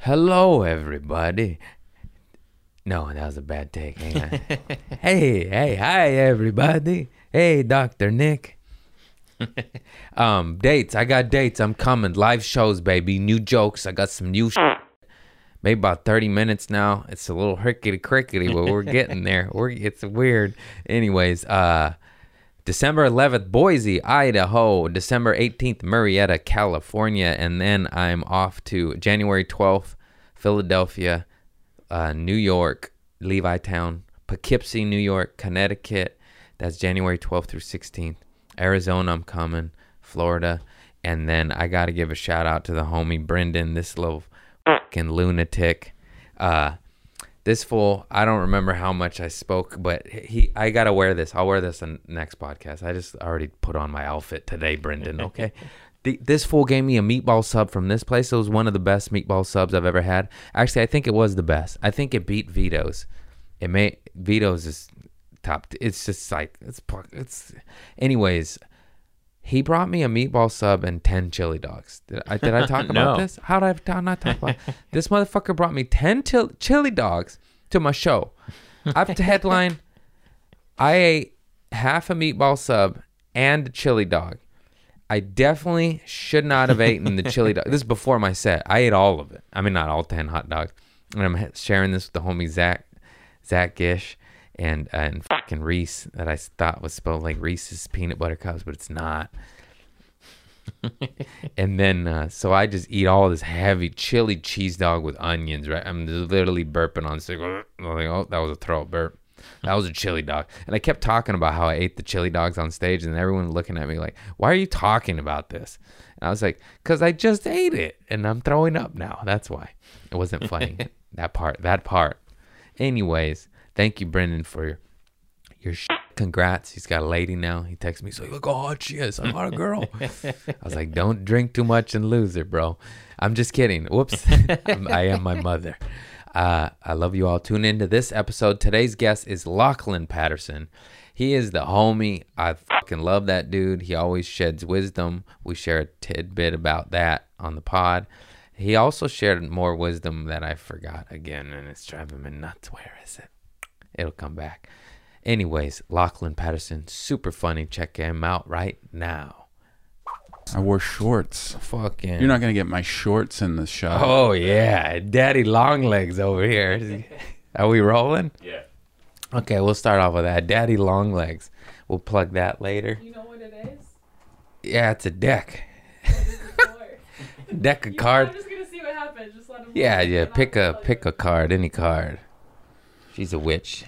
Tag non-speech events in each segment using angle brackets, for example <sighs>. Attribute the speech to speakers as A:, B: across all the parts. A: Hello, everybody. No, that was a bad take. Hang on. hey, hey, hi, everybody. Hey, Dr. Nick. um, dates. I got dates. I'm coming. Live shows, baby. New jokes. I got some new sh- Maybe about 30 minutes now. It's a little rickety crickety, but we're getting there. We're it's weird. Anyways, uh December 11th, Boise, Idaho. December 18th, Murrieta, California. And then I'm off to January 12th, Philadelphia, uh, New York, Levittown, Poughkeepsie, New York, Connecticut. That's January 12th through 16th. Arizona, I'm coming, Florida. And then I got to give a shout out to the homie Brendan, this little fucking lunatic. Uh, this fool i don't remember how much i spoke but he i gotta wear this i'll wear this in next podcast i just already put on my outfit today brendan okay the, this fool gave me a meatball sub from this place it was one of the best meatball subs i've ever had actually i think it was the best i think it beat vito's it may vito's is top it's just like it's par- it's anyways he brought me a meatball sub and 10 chili dogs. Did I, did I talk
B: No.
A: about this? How did I ta- not talk about This motherfucker brought me 10 til- chili dogs to my show. I've to headline, I ate half a meatball sub and a chili dog. I definitely should not have eaten the chili dog. This is before my set. I ate all of it. I mean, not all 10 hot dogs. And I'm he- sharing this with the homie Zach, Zach Gish, and, and fucking Reese that I s- thought was spelled like Reese's peanut butter cups, but it's not. and then, uh, so I just eat all this heavy chili cheese dog with onions, right? I'm literally burping on stage. I'm like, oh, that was a throat burp. That was a chili dog. And I kept talking about how I ate the chili dogs on stage, and everyone looking at me like, why are you talking about this? And I was like, because I just ate it, and I'm throwing up now. That's why. It wasn't funny. that part, that part. Anyways, thank you, Brendan, for your sh- congrats. He's got a lady now. He texts me, so look how hot she is. I'm not a girl. I was like, don't drink too much and lose it, bro. I'm just kidding. Whoops. <laughs> I'm, I am my mother. Uh, I love you all. Tune into this episode. Today's guest is Lachlan Patterson. He is the homie. I fucking love that dude. He always sheds wisdom. We share a tidbit about that on the pod. He also shared more wisdom that I forgot again, and it's driving me nuts. Where is it? It'll come back. Anyways, Lachlan Patterson, super funny. Check him out right now.
C: I wore shorts.
A: Fucking.
C: You're not gonna get my shorts in the shop.
A: Oh yeah, Daddy Longlegs over here. Are we rolling? Yeah. Okay, we'll start off with that. Daddy Longlegs. We'll plug that later.
D: You know what it is?
A: <laughs> Yeah, it's a deck.
D: Or-
A: Deck of
D: You- I'm
A: cards.
D: just gonna see what happens. Just let him.
A: Yeah, yeah. Pick a pick a card, any card. She's a witch.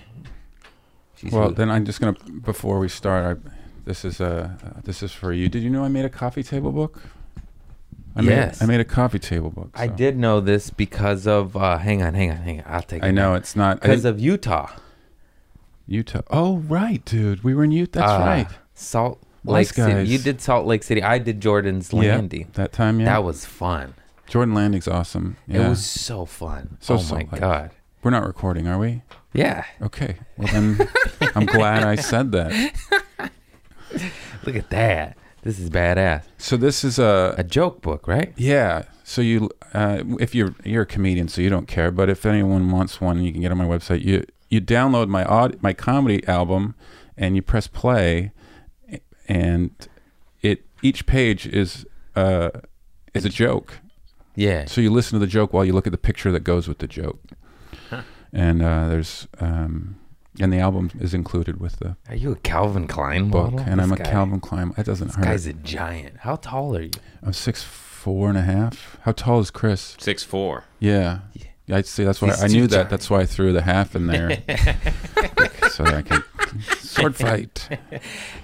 A: She's
C: Well,
A: a-
C: then I'm just gonna before we start. I, this is uh, uh, this is for you. Did you know I made a coffee table book? I
A: Yes.
C: Made, I made a coffee table book.
A: I
C: so-
A: did know this because of uh hang on, hang on, hang on. I'll take
C: I
A: it.
C: know it's not I
A: Because
C: didn't-
A: of Utah.
C: Utah. Oh right, dude. We were in Utah. That's
A: Uh,
C: right.
A: Salt
C: Well,
A: Lake
C: these
A: City. You
C: guys-
A: did Salt Lake City. I did Jordan's Landing.
C: Yeah, that time. Yeah.
A: That was fun.
C: Jordan Landing's awesome. Yeah.
A: It was so fun.
C: So
A: oh
C: Salt
A: my
C: Lake.
A: god.
C: We're not recording, are we?
A: Yeah.
C: Okay. Well
A: <laughs>
C: then, I'm glad I said that.
A: Look at that. This is badass.
C: So this is a
A: A joke book, right?
C: Yeah. So you, uh, if you're you're a comedian, so you don't care. But if anyone wants one, you can get on my website. You you download my aud- my comedy album, and you press play, and it each page is uh, is a joke.
A: Yeah.
C: So you listen to the joke while you look at the picture that goes with the joke. And uh, there's um, and the album is included with the
A: Are you a Calvin Klein
C: book.
A: model?
C: and I'm
A: This
C: a
A: guy-
C: Calvin Klein. It doesn't
A: This
C: hurt.
A: guy's a giant. How tall are you? <laughs>
C: I'm six four and a half. How tall is Chris?
B: Six four.
C: Yeah.
A: Yeah.
C: I see. That's why
A: He's
C: I
A: too
C: knew
A: giant.
C: that. That's why I threw the half
A: <laughs>
C: in there. so I can sword fight.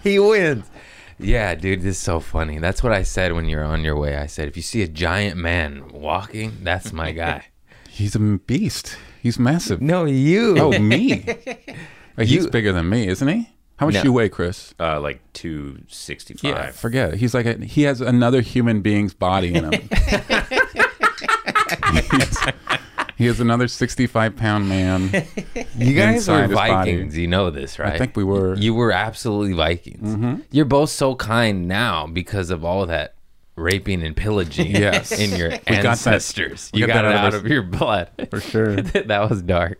A: He wins. Yeah, dude, this is so funny. That's what I said when you were on your way. I said, if you see a giant man walking, that's my
C: <laughs>
A: guy.
C: He's a beast. He's massive.
A: no, you.
C: Oh,
A: <laughs>
C: me. Wait, he's
A: You-
C: bigger than me, isn't he? How much
A: No.
C: do you weigh, Chris?
B: Uh, like two sixty five.
C: Forget it. He's like a, he has another human being's body
A: <laughs>
C: in him. He's- he is another sixty-five pound man.
A: you guys are
C: inside his body.
A: Vikings. You know this, right?
C: I think we were. Mm-hmm.
A: You were absolutely Vikings. You're both so kind now because of all that raping and pillaging
C: <laughs> Yes.
A: in your
C: We got that-
A: ancestors.
C: we
A: you got,
C: got that
A: it
C: out
A: out
C: of
A: of your
C: <laughs>
A: blood. <laughs>
C: for sure.
A: that was dark.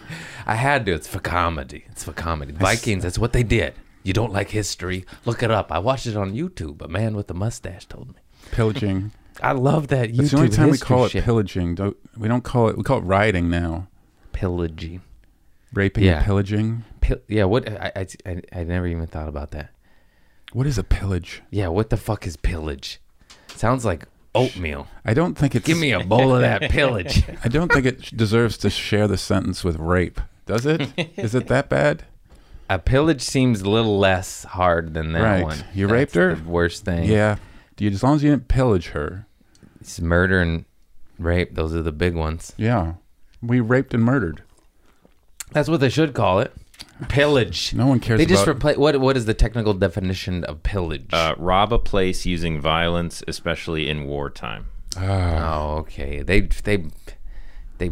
A: <laughs> I had to. It's for comedy. It's for comedy. Vikings, that's what they did. You don't like history? Look it up. I watched it on YouTube. A man with a mustache told me.
C: Pillaging.
A: I love that YouTube
C: It's the only time we
A: history
C: call it
A: shit.
C: pillaging. Don't, we don't call it. We call it rioting now.
A: pillaging.
C: Raping
A: Yeah.
C: and pillaging.
A: Pil- yeah, what? I, I, I, I never even thought about that.
C: What is a pillage?
A: Yeah, what the fuck is pillage? Sounds like oatmeal.
C: I don't think
A: <laughs>
C: it's.
A: Give me a bowl of that pillage.
C: <laughs> I don't think it deserves to share the sentence with rape. Does it? Is it
A: <laughs>
C: that bad?
A: <laughs> A pillage seems a little less hard than that
C: Right.
A: one.
C: You
A: That's
C: raped her?
A: The worst thing.
C: Yeah. Do you, as long as you didn't pillage her.
A: It's murder and rape. Those are the big ones.
C: Yeah. We raped and murdered.
A: That's what they should call it. Pillage.
C: No one cares
A: They just
C: about-
A: replace. What What is the technical definition of pillage?
B: Uh, rob a place using violence, especially in wartime.
A: oh, okay. They they they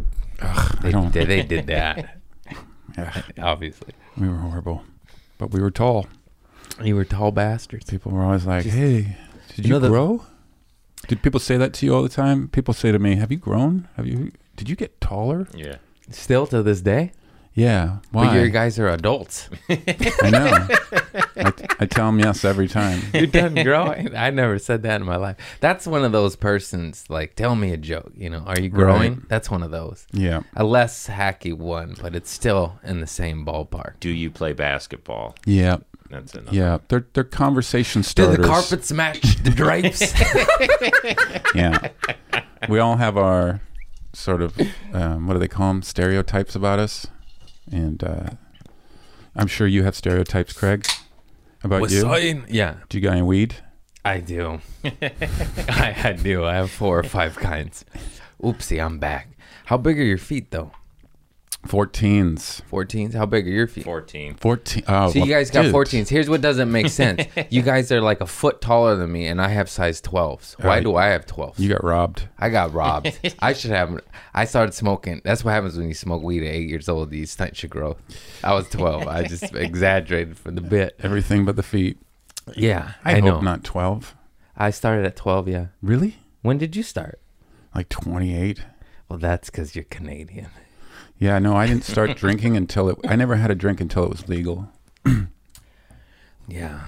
A: they,
C: don't-
A: they, they <laughs> did that.
C: Yeah.
A: Obviously,
C: <sighs> We were horrible. But we were tall.
A: you were tall bastards.
C: People were always like, hey, did
A: You
C: you,
A: know the-
C: grow? Did people say that to you all the time? People say to me, have you grown? Have you. Did you get taller?
B: Yeah.
A: Still to this day,
C: Yeah.
A: but you
C: Why?
A: guys are adults.
C: I know.
A: <laughs>
C: I, I tell them yes every time.
A: You're <laughs> done growing. I never said that in my life. That's one of those persons. Like, tell me a joke. You know, are you growing?
C: Right.
A: That's one of those.
C: Yeah.
A: A less hacky one, but it's still in the same ballpark.
B: Do you play basketball?
C: Yeah.
B: That's enough.
C: Yeah. They're, they're conversation
A: Do
C: starters.
A: the carpets match <laughs> the drapes?
C: <laughs> yeah. We all have our sort of um, what do they call them stereotypes about us, and uh, I'm sure you have stereotypes, Craig, about
A: Was
C: you.
A: I- Yeah,
C: Do you got any weed?
A: I <laughs> do. I, I do. I have four or five kinds. Oopsie, I'm back. How big are your feet though?
C: Fourteens.
A: 14s? How big are your feet?
B: 14.
C: Fourteen. Oh,
A: So you
C: well,
A: guys got
C: dude.
A: 14s. Here's what doesn't make <laughs> sense. you guys are like a foot taller than me and I have size 12s. Why
C: Alright.
A: do I have 12s?
C: You got robbed.
A: I got <laughs> robbed. I should have. I started smoking. That's what happens when you smoke weed at eight years old. You start your growth. I was 12. I <laughs> just exaggerated for the bit.
C: Everything but the feet.
A: Yeah,
C: I,
A: I,
C: hope
A: know.
C: not twelve.
A: I started at 12, yeah.
C: Really?
A: When did you start?
C: Like twenty-eight.
A: Well, that's because you're Canadian.
C: Yeah. No, I
A: <laughs>
C: didn't start drinking until it. I never had a drink until it was legal.
A: Yeah.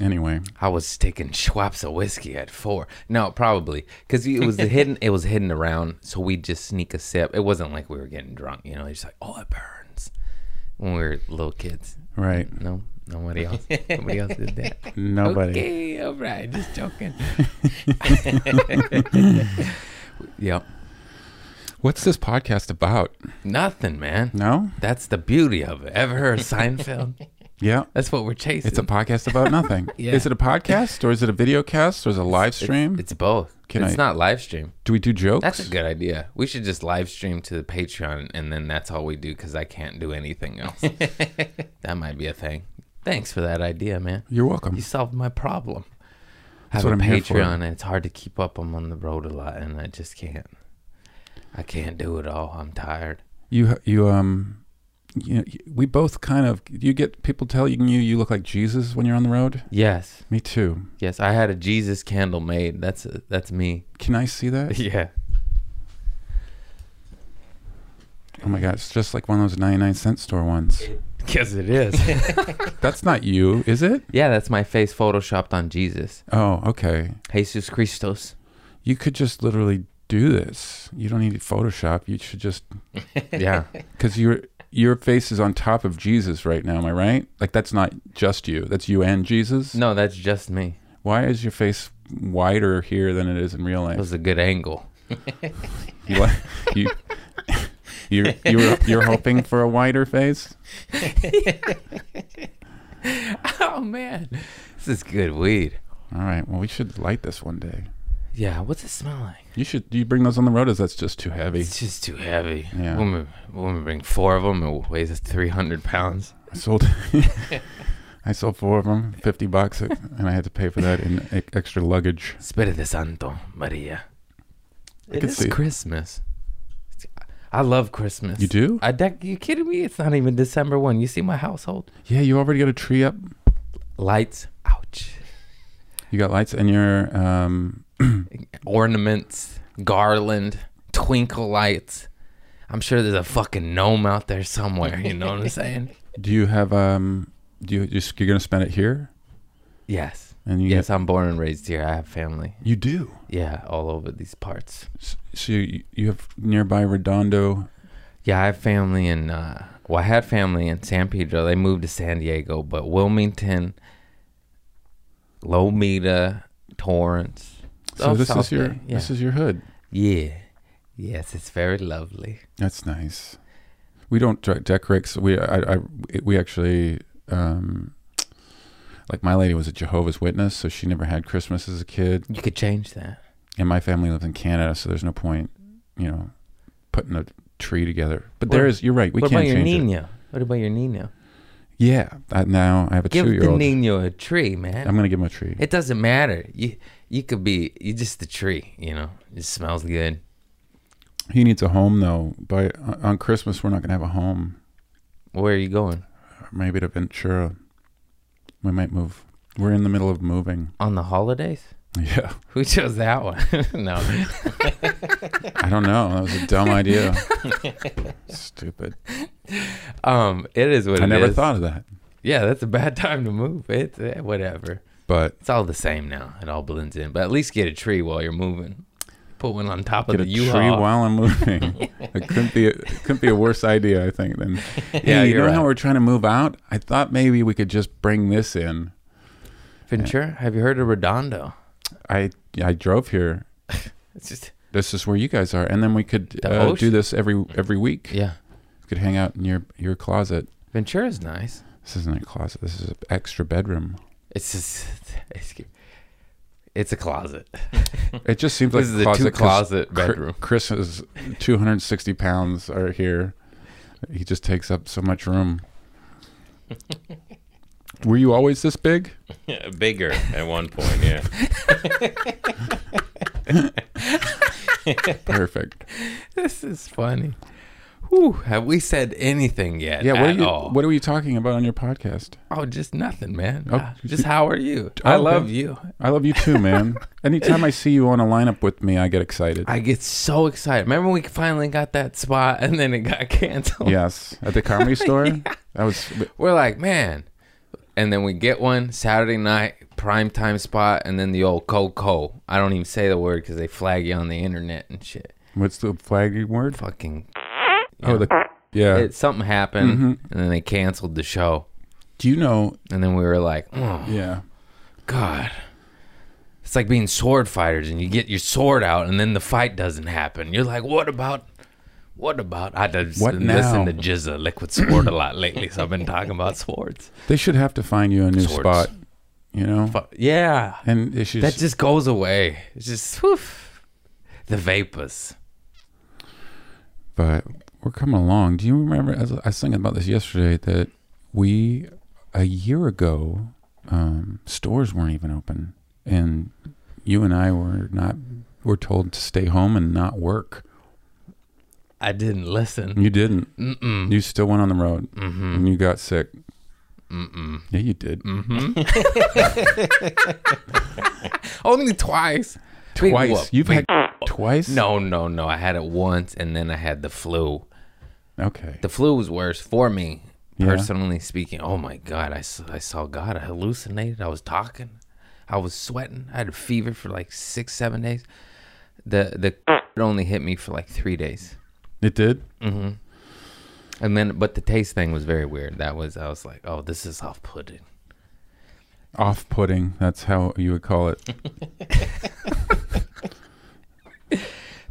C: Anyway.
A: I was taking Schweppes of whiskey at four. No, probably because it <laughs> was hidden. It was hidden around, so we just sneak a sip. It wasn't like we were getting drunk, you know. It's just like, oh, it burns when we were little kids.
C: Right.
A: No, nobody else. Nobody else did <laughs> that.
C: Nobody.
A: Okay, all right, just joking. <laughs> yep.
C: What's this podcast about?
A: Nothing, man.
C: No.
A: That's the beauty of it. Ever heard of Seinfeld?
C: Yeah.
A: That's what we're chasing.
C: It's a podcast about nothing.
A: <laughs> Yeah.
C: Is it a podcast or is it a video cast or is it a live stream?
A: It's both.
C: Can
A: it's
C: I-
A: not live stream.
C: Do we do jokes?
A: That's a good idea. We should just live stream to the Patreon, and then that's all we do because I can't do anything <laughs> else. that might be a thing. Thanks for that idea, man.
C: You're welcome.
A: You solved my problem.
C: That's
A: I
C: what
A: have
C: I'm
A: a
C: here for.
A: Patreon, and it's hard to keep up. I'm on the road a lot, and I just can't. I can't do it all. I'm tired.
C: You you um, you we both kind of you get people telling you you look like Jesus when you're on the road.
A: Yes,
C: Me too.
A: yes. I had a Jesus candle made. That's that's me.
C: Can I see
A: <laughs>
C: that?
A: Yeah.
C: Oh my God! It's just like one of those 99 cent store ones.
A: Yes,
B: <laughs>
A: it is.
C: That's not you, is it?
A: yeah, that's my face photoshopped on Jesus.
C: Oh, okay.
A: Jesus Christos. <laughs>
C: You could just literally do this. You don't need Photoshop. You should just
A: Yeah. <laughs>
C: because your your face is on top of Jesus right now. Am I right? Like that's not just you. That's you and Jesus.
A: No, that's just me.
C: Why is your face wider here than it is in real
A: That
C: life?
A: was a good angle.
C: You, wa- you, <laughs> you, you were, you're hoping for a wider face?
A: <laughs> Oh man, this is good weed.
C: All right. Well, we should light this one day.
A: Yeah, what's it smell like?
C: You should. Do you bring those on the road? As that's just too heavy.
A: It's just too heavy.
C: Yeah.
A: Women, women bring four of them. It weighs three hundred pounds.
C: I sold. <laughs> I sold four of them, fifty bucks, and I had to pay for that in e- extra luggage.
A: Espírito Santo, Maria. It
C: can
A: is
C: see it.
A: Christmas. I love Christmas.
C: You do?
A: I dec- you kidding me? It's not even December one. You see my household
C: Yeah, you already got a tree up.
A: lights. Ouch.
C: You got lights and your um,
A: ornaments, garland, twinkle lights. I'm sure there's a fucking gnome out there somewhere. You know what I'm
C: <laughs>
A: saying?
C: do you have um do you just you're gonna spend it here?
A: Yes.
C: And you
A: Yes, I'm born and raised here. I have family.
C: get, you do.
A: Yeah, all over these parts.
C: S- So you, you have nearby Redondo.
A: Yeah, I have family in. Uh, well, I had family in San Pedro. They moved to San Diego, but Wilmington, Lomita, Torrance.
C: So
A: Oh,
C: this
A: South
C: is your
A: Bay, yeah.
C: this is your hood.
A: yeah. Yes, it's very lovely.
C: That's nice. We don't dre- decorate. So we I, I we actually um like my lady was a Jehovah's Witness, so she never had Christmas as a kid.
A: You could change that.
C: and my family lives in Canada, so there's no point, you know, putting a tree together. But
A: What-
C: there is, you're right. We
A: what
C: can't
A: about your
C: change it.
A: Nino? What about your Nino?
C: Yeah, I, now I have a
A: Give
C: two year
A: the
C: old.
A: Nino a tree, man.
C: I'm gonna give him a tree.
A: it doesn't matter. You you could be you just the tree. You know, it smells good.
C: he needs a home though. By uh, on Christmas, we're not gonna have a home.
A: Where are you going?
C: Maybe to Ventura. We might move. We're in the middle
A: <laughs>
C: of moving.
A: On the holidays?
C: Yeah,
A: Who chose that one? <laughs> no.
C: I don't know. That was a dumb idea.
A: <laughs>
C: Stupid.
A: Um, it is what
C: I
A: it
C: never
A: is.
C: thought of that.
A: Yeah, that's a bad <laughs> time to move. It's eh, whatever.
C: But
A: It's all the same now. It all blends in. But at least get a tree while you're moving. Put one on top of
C: get
A: the
C: a
A: U-Haul.
C: tree while I'm moving. it couldn't be a, it couldn't be a worse idea, I
A: <laughs>
C: think. Than
A: Yeah,
C: yeah, you
A: you're
C: know
A: right.
C: how we're trying to move out. I thought maybe we could just bring this in.
A: <laughs> Ventura, have you heard of Redondo?
C: I I drove here.
A: It's just
C: This is where you guys are, and then we could
A: The
C: uh,
A: ocean?
C: do this every every week.
A: yeah.
C: We could hang out in your your closet.
A: Ventura's nice.
C: This isn't a closet. This is an extra bedroom.
A: It's just <laughs> it's it's a closet. <laughs>
C: It just seems like
A: This is a
C: closet 'cause
A: two-closet
C: Chr-
A: bedroom.
C: Chris is 260 pounds are here. He just takes up so much
A: <laughs>
C: room. Were you always this big?
B: Bigger at one point, yeah.
A: <laughs>
C: Perfect.
A: This is funny. Whew, have we said anything yet?
C: Yeah. What
A: at
C: are you?
A: all?
C: What are you talking about on your podcast?
A: Oh, just nothing, man.
C: Oh,
A: Uh, just how are you? I
C: okay.
A: love you.
C: I love you too,
A: <laughs>
C: man. Anytime I see you on a lineup with me, I get excited.
A: I get so excited. Remember when we finally got that spot and then it got <laughs> canceled?
C: yes, at
A: <laughs>
C: the comedy store. That was
A: We're like, man. And then we get one Saturday night, prime time spot, and then the old Coco. I don't even say the word because they flag you on the internet and shit.
C: what's the flaggy word?
A: Fucking.
C: Oh, the yeah.
A: It, something happened and then they canceled the show.
C: Do you know?
A: And then we were like, oh,
C: Yeah,
A: God. It's like being sword fighters and you get your sword out and then the fight doesn't happen. You're like, what about. What about? I just
C: What
A: listen
C: now?
A: to Jizza Liquid Sword a lot lately, so I've been talking about swords.
C: they should have to find you a new
A: Swords.
C: spot. You know,
A: But yeah.
C: and they should.
A: That just goes away. It's just woof, the vapors.
C: but we're coming along. Do you remember? I was, I was thinking about this yesterday. That we a year ago, um, stores weren't even open, and you and I were not. Were told to stay home and not work.
A: I didn't listen.
C: You didn't.
A: Mm-mm.
C: You still went on the road
A: Mm-hmm.
C: and you got sick.
A: Mm-mm.
C: Yeah, you did.
A: Mm-hmm. Only twice. Big
C: Twice.
A: whoop,
C: You've
A: big
C: had twice?
A: No, no, no. I had it once, and then I had the flu.
C: Okay.
A: The flu was worse for me,
C: Yeah.
A: personally speaking. Oh my God, I saw, I saw God. I hallucinated. I was talking. I was sweating. I had a fever for like six, seven days. The the it only hit me for like three days.
C: It did?
A: hmm And then, but the taste thing was very weird. That was, I was like, oh, this is off putting.
C: Off putting. That's how you would call it.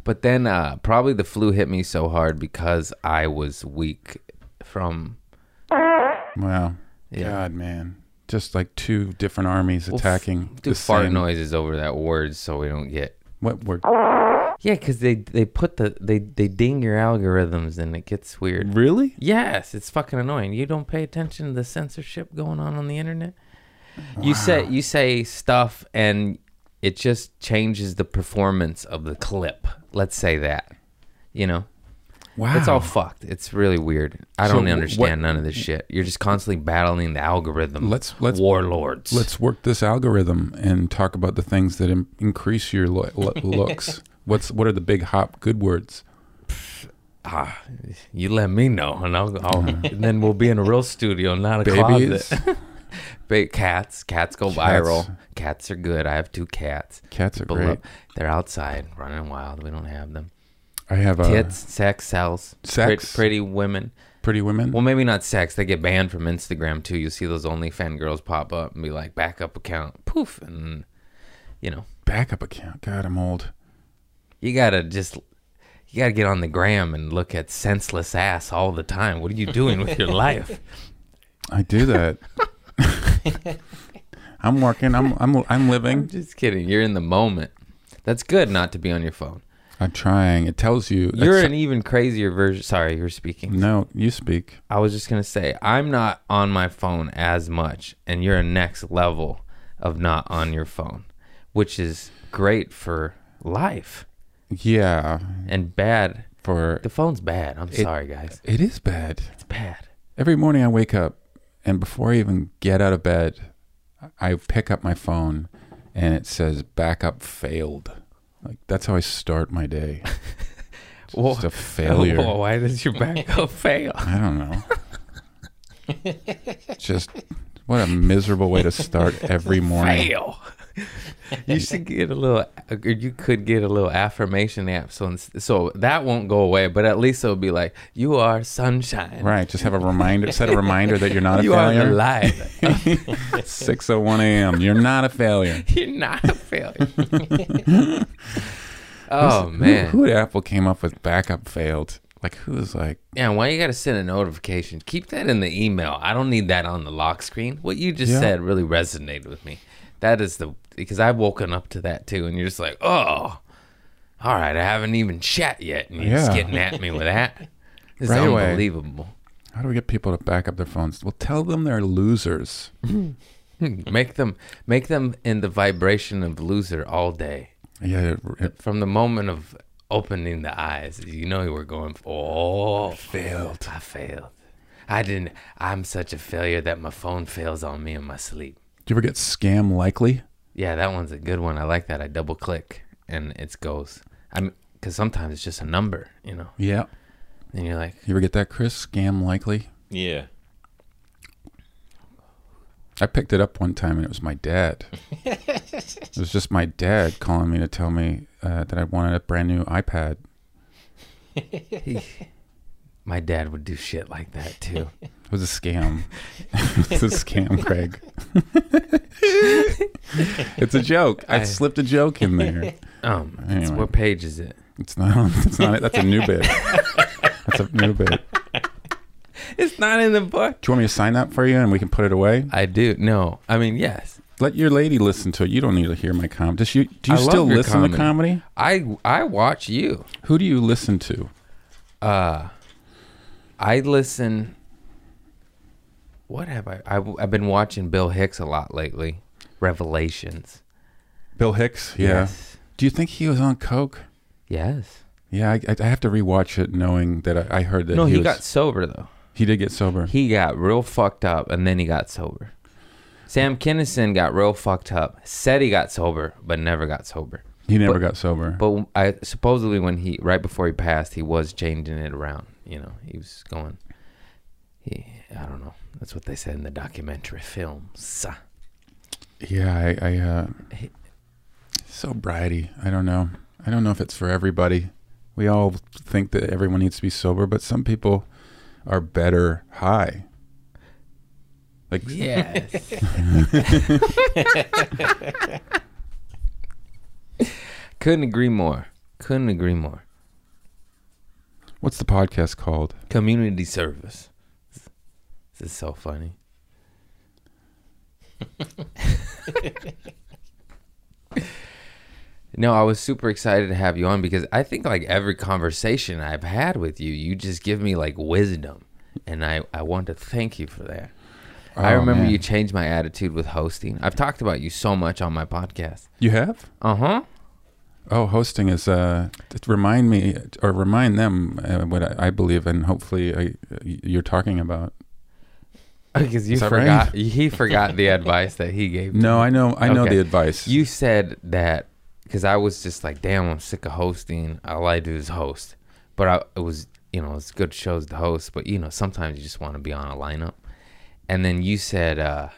A: But then, uh, probably the flu hit me so hard because I was weak from.
C: Wow.
A: Yeah.
C: God, man. Just like two different armies
A: Well, f-
C: attacking.
A: Do fart
C: same-
A: noises over that word so we don't get.
C: What word?
A: Yeah, because they, they put the, they, they ding your algorithms and it gets weird.
C: Really?
A: Yes, it's fucking annoying. You don't pay attention to the censorship going on on the internet. You say you say stuff and it just changes the performance of the clip. Let's say that. You know.
C: Wow.
A: It's all fucked. It's really weird. I
C: So
A: don't
C: wh-
A: understand
C: what-
A: none of this shit. You're just constantly battling the algorithm.
C: Let's- let's-
A: warlords.
C: Let's work this algorithm and talk about the things that Im- increase your lo-
A: <laughs>
C: lo- looks. What's what are the big hop good words?
A: ah, you let me know, and I'll,
C: <laughs>
A: I'll and then we'll be in a real studio, not a
C: Babies,
A: closet. Ba- cats, cats go
C: Cats.
A: viral. Cats are good. I have two cats.
C: <laughs> cats are
A: People
C: great.
A: love- They're outside running wild. We don't have them.
C: I have uh,
A: Tits, sex sells. Pret-
C: Sex?
A: pretty women.
C: pretty women.
A: Well, maybe not sex. They get banned from Instagram too. You see those OnlyFans girls pop up and be like, backup account, poof, and you know,
C: Backup account. God, I'm old.
A: you gotta just, you gotta get on the gram and look at senseless ass all the time. What are you doing with <laughs> your life?
C: I do
A: <laughs>
C: that. I'm working. I'm I'm I'm
A: I'm
C: living.
A: just kidding. You're in the moment. That's good not to be on your phone.
C: I'm trying. It tells you.
A: You're
C: it's-
A: an even crazier version. Sorry, you're speaking.
C: no. You speak.
A: I was just gonna say I'm not on my phone as much, and you're a next level of not on your phone, which is great for life.
C: Yeah.
A: and bad.
C: For
A: The phone's bad. I'm
C: It-
A: sorry, guys.
C: it is bad.
A: It's bad.
C: Every morning I wake up, and before I even get out of bed, I pick up my phone, and it says "backup failed." Like that's how I start my day. It's
A: Wha-
C: just a failure.
A: Oh, <laughs> why does your <laughs> backup fail?
C: I don't know. just what a miserable way to start
A: <laughs>
C: every morning.
A: Fail. you should get a little. Or you could get a little affirmation app. So ins- so that won't go away, but at least it'll be like you are sunshine.
C: Right. Just have a reminder. Set a reminder that you're not a
A: You are
C: failure.
A: alive.
C: 6:01 a.m. You're not a failure.
A: You're not a failure. <laughs> oh man.
C: Who, who at Apple came up with backup failed? Like who's like
A: Yeah, why you got to send a notification? Keep that in the email. I don't need that on the lock screen. What you just
C: Yeah.
A: said really resonated with me. That is the because I've woken up to that too, and you're just like, oh, all right, I haven't even chat yet, and you're just
C: Yeah.
A: getting at me with
C: <laughs>
A: that. It's
C: Right away.
A: unbelievable.
C: How do we get people to back up their phones? Well, tell them they're losers.
A: Make them make them in the vibration of loser all day
C: Yeah, it, it
A: from the moment of opening the eyes. You know you were going. Oh, failed. I failed. I didn't. I'm such a failure that my phone fails on me in my sleep.
C: do you ever get scam likely?
A: Yeah, that one's a good one. I like that. I double click and it goes. I'm because sometimes it's just a number, you know.
C: Yeah.
A: And you're like,
C: You ever get that, Chris? Scam likely?
B: Yeah.
C: I picked it up one time and it was my dad. it was just my dad calling me to tell me uh, that I wanted a brand new iPad.
A: my dad would do shit like that too.
C: It was a scam. <laughs> it's a scam, Craig. <laughs> it's a joke. I,
A: I-
C: slipped a joke in there.
A: Um, it's-
C: Anyway.
A: what page is it?
C: It's not. It's not. That's a new bit. That's a new bit. Do
A: It's not in the book.
C: you want me to sign that for you and we can put it away?
A: I do. No, I mean yes.
C: Let your lady listen to it. You don't need to hear my comedy. Does you, do you
A: I love
C: still
A: your
C: listen
A: comedy.
C: to comedy?
A: I I watch you.
C: Who do you listen to?
A: uh i listen what have i I- i've been watching bill hicks a lot lately revelations
C: Bill Hicks. Yeah.
A: yes
C: Do you think he was on coke?
A: yes
C: Yeah, I, I have to rewatch it knowing that I, I heard that
A: no
C: he,
A: he,
C: was,
A: got sober though
C: he did get sober.
A: he got real fucked up and then he got sober sam kinnison got real fucked up said he got sober but never got sober
C: He never
A: but-
C: got sober.
A: but i supposedly when he right before he passed he was changing it around you know he was going he, i don't know that's what they said in the documentary <laughs> films
C: yeah, I, I uh, sobriety. I don't know. I don't know if it's for everybody. We all think that everyone needs to be sober, but some people are better high. Like
A: Yes. <laughs> Couldn't agree more. Couldn't agree more.
C: what's the podcast called?
A: Community service. This is so funny. no, I was super excited to have you on because I think like every conversation I've had with you, you just give me like wisdom. And I, I want to thank you for that. I
C: Oh,
A: remember
C: man.
A: you changed my attitude with hosting. I've talked about you so much on my podcast. <laughs>
C: You have?
A: Uh huh.
C: Oh, hosting is uh, t- remind me or remind them uh, what I, I believe, and hopefully I, you're talking about.
A: Because you
C: Is that right?
A: forgot, he forgot the advice that he gave.
C: No, I know, I know
A: Okay.
C: the advice.
A: You said that because I was just like, damn, I'm sick of hosting. All I do is host. But I, it was, you know, it's good shows to host. But, you know, sometimes you just want to be on a lineup. And then you said, uh,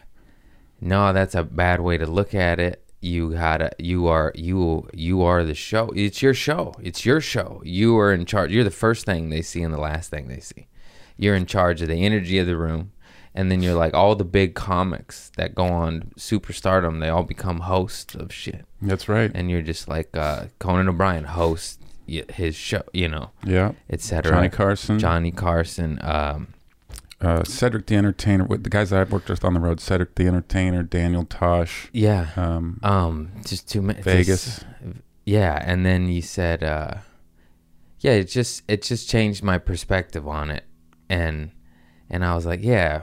A: no, that's a bad way to look at it. You gotta, you are, you, you are the show. It's your show. It's your show. You are in charge. You're the first thing they see and the last thing they see. You're in charge of the energy of the room and then you're like all the big comics that go on superstardom they all become hosts of shit
C: That's right.
A: and you're just like uh, conan o'brien hosts y- his show you know
C: yeah,
A: etc
C: Johnny Carson,
A: johnny carson um,
C: uh, Cedric the Entertainer, with the guys that I've worked with on the road, Cedric the Entertainer, Daniel Tosh,
A: yeah
C: um,
A: um just too many
C: Vegas.
A: yeah and then you said uh yeah it just it just changed my perspective on it and and i was like yeah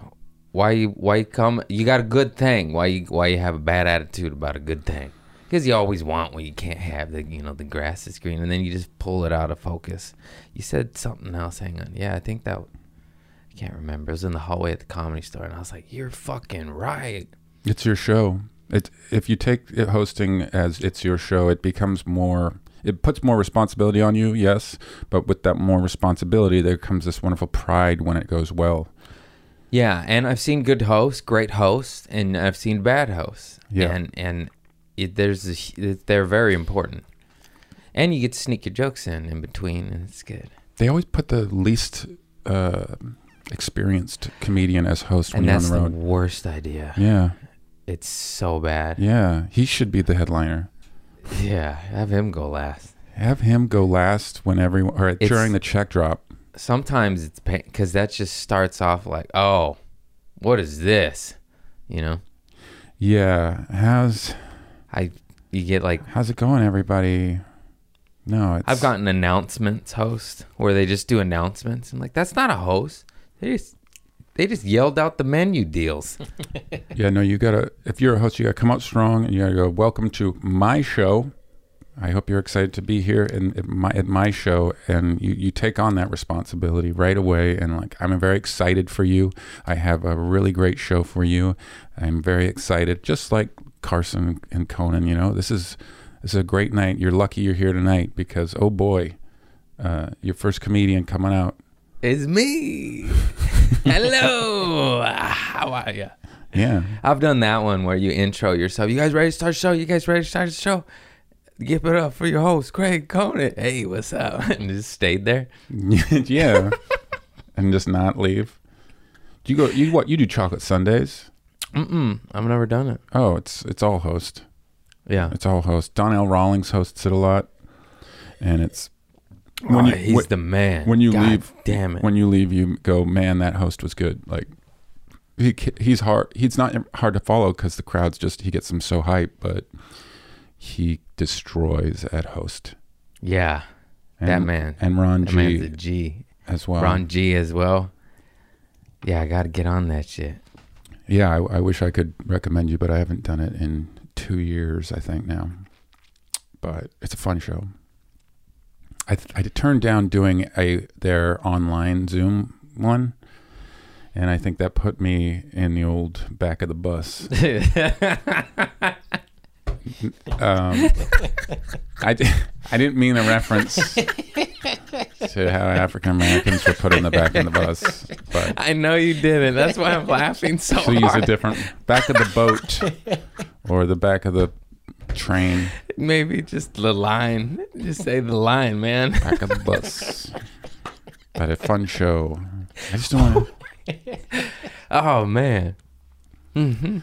A: why you why you come you got a good thing why you why you have a bad attitude about a good thing because you always want what you can't have the you know the grass is green and then you just pull it out of focus you said something else hang on yeah i think that i can't remember it was in the hallway at the comedy store and i was like you're fucking right
C: It's your show. It if you take it hosting as it's your show, it becomes more. It puts more responsibility on you, yes, but with that more responsibility, there comes this wonderful pride when it goes well.
A: Yeah, and I've seen good hosts, great hosts, and I've seen bad hosts.
C: Yeah.
A: and and it, there's a, hu- they're very important, and you get to sneak your jokes in in between, and it's good.
C: They always put the least uh, experienced comedian as host
A: and
C: when you're on
A: that's
C: the
A: the,
C: road.
A: worst idea.
C: yeah,
A: It's so bad.
C: yeah, he should be the headliner.
A: Yeah, have him go last.
C: Have him go last when everyone or
A: It's-
C: during the check drop.
A: Sometimes it's pain because that just starts off like, oh, what is this? You know,
C: Yeah, how's
A: I you get like
C: how's it going, everybody? No, it's
A: I've gotten announcements host where they just do announcements. I'm like, that's not a host. They just they just yelled out the menu deals.
C: Yeah, no, you gotta. If you're a host, you gotta come out strong, and you gotta go. Welcome to my show. I hope you're excited to be here and at my at my show, and you you take on that responsibility right away. And like, I'm very excited for you. I have a really great show for you. I'm very excited, just like Carson and Conan. You know, this is this is a great night. You're lucky you're here tonight because oh boy, uh, your first comedian coming out.
A: It's me. Hello. How are you?
C: Yeah,
A: I've done that one where you intro yourself. You guys ready to start the show? You guys ready to start the show? Give it up for your host, Craig Conan. Hey, what's up? <laughs> And just stayed there.
C: <laughs> yeah, and just not leave. Do you go? You what? You do chocolate sundays?
A: Mm-mm. I've never done it.
C: Oh, it's it's all host.
A: Yeah.
C: It's all host. Donnell Rawlings hosts it a lot, and it's
A: When
C: when you
A: Oh, he's
C: when,
A: the man.
C: when you
A: God
C: leave-
A: Damn it.
C: when you leave, you go, man, that host was good. Like he ca- he's hard. He's not hard to follow because the crowd's just he gets them so hype, but he destroys at host.
A: yeah.
C: And,
A: That man.
C: and Ron
A: That man's
C: G
A: a G.
C: as well.
A: Ron G as well. Yeah, I gotta get on that shit. <laughs>
C: Yeah, I, I wish I could recommend you, but I haven't done it in two years, I think now. But it's a fun show. I th- I turned down doing a their online Zoom one, and I think that put me in the old back of the bus. Um, I di- I didn't mean a reference to how African Americans were put in the back of the bus, but
A: I know you didn't. That's why I'm laughing so
C: should use a
A: hard.
C: different back of the boat or the back of the train,
A: Maybe just the line. Just say the line, man.
C: back of the bus. But a fun show. I just don't want to.
A: <laughs> Oh man. hmm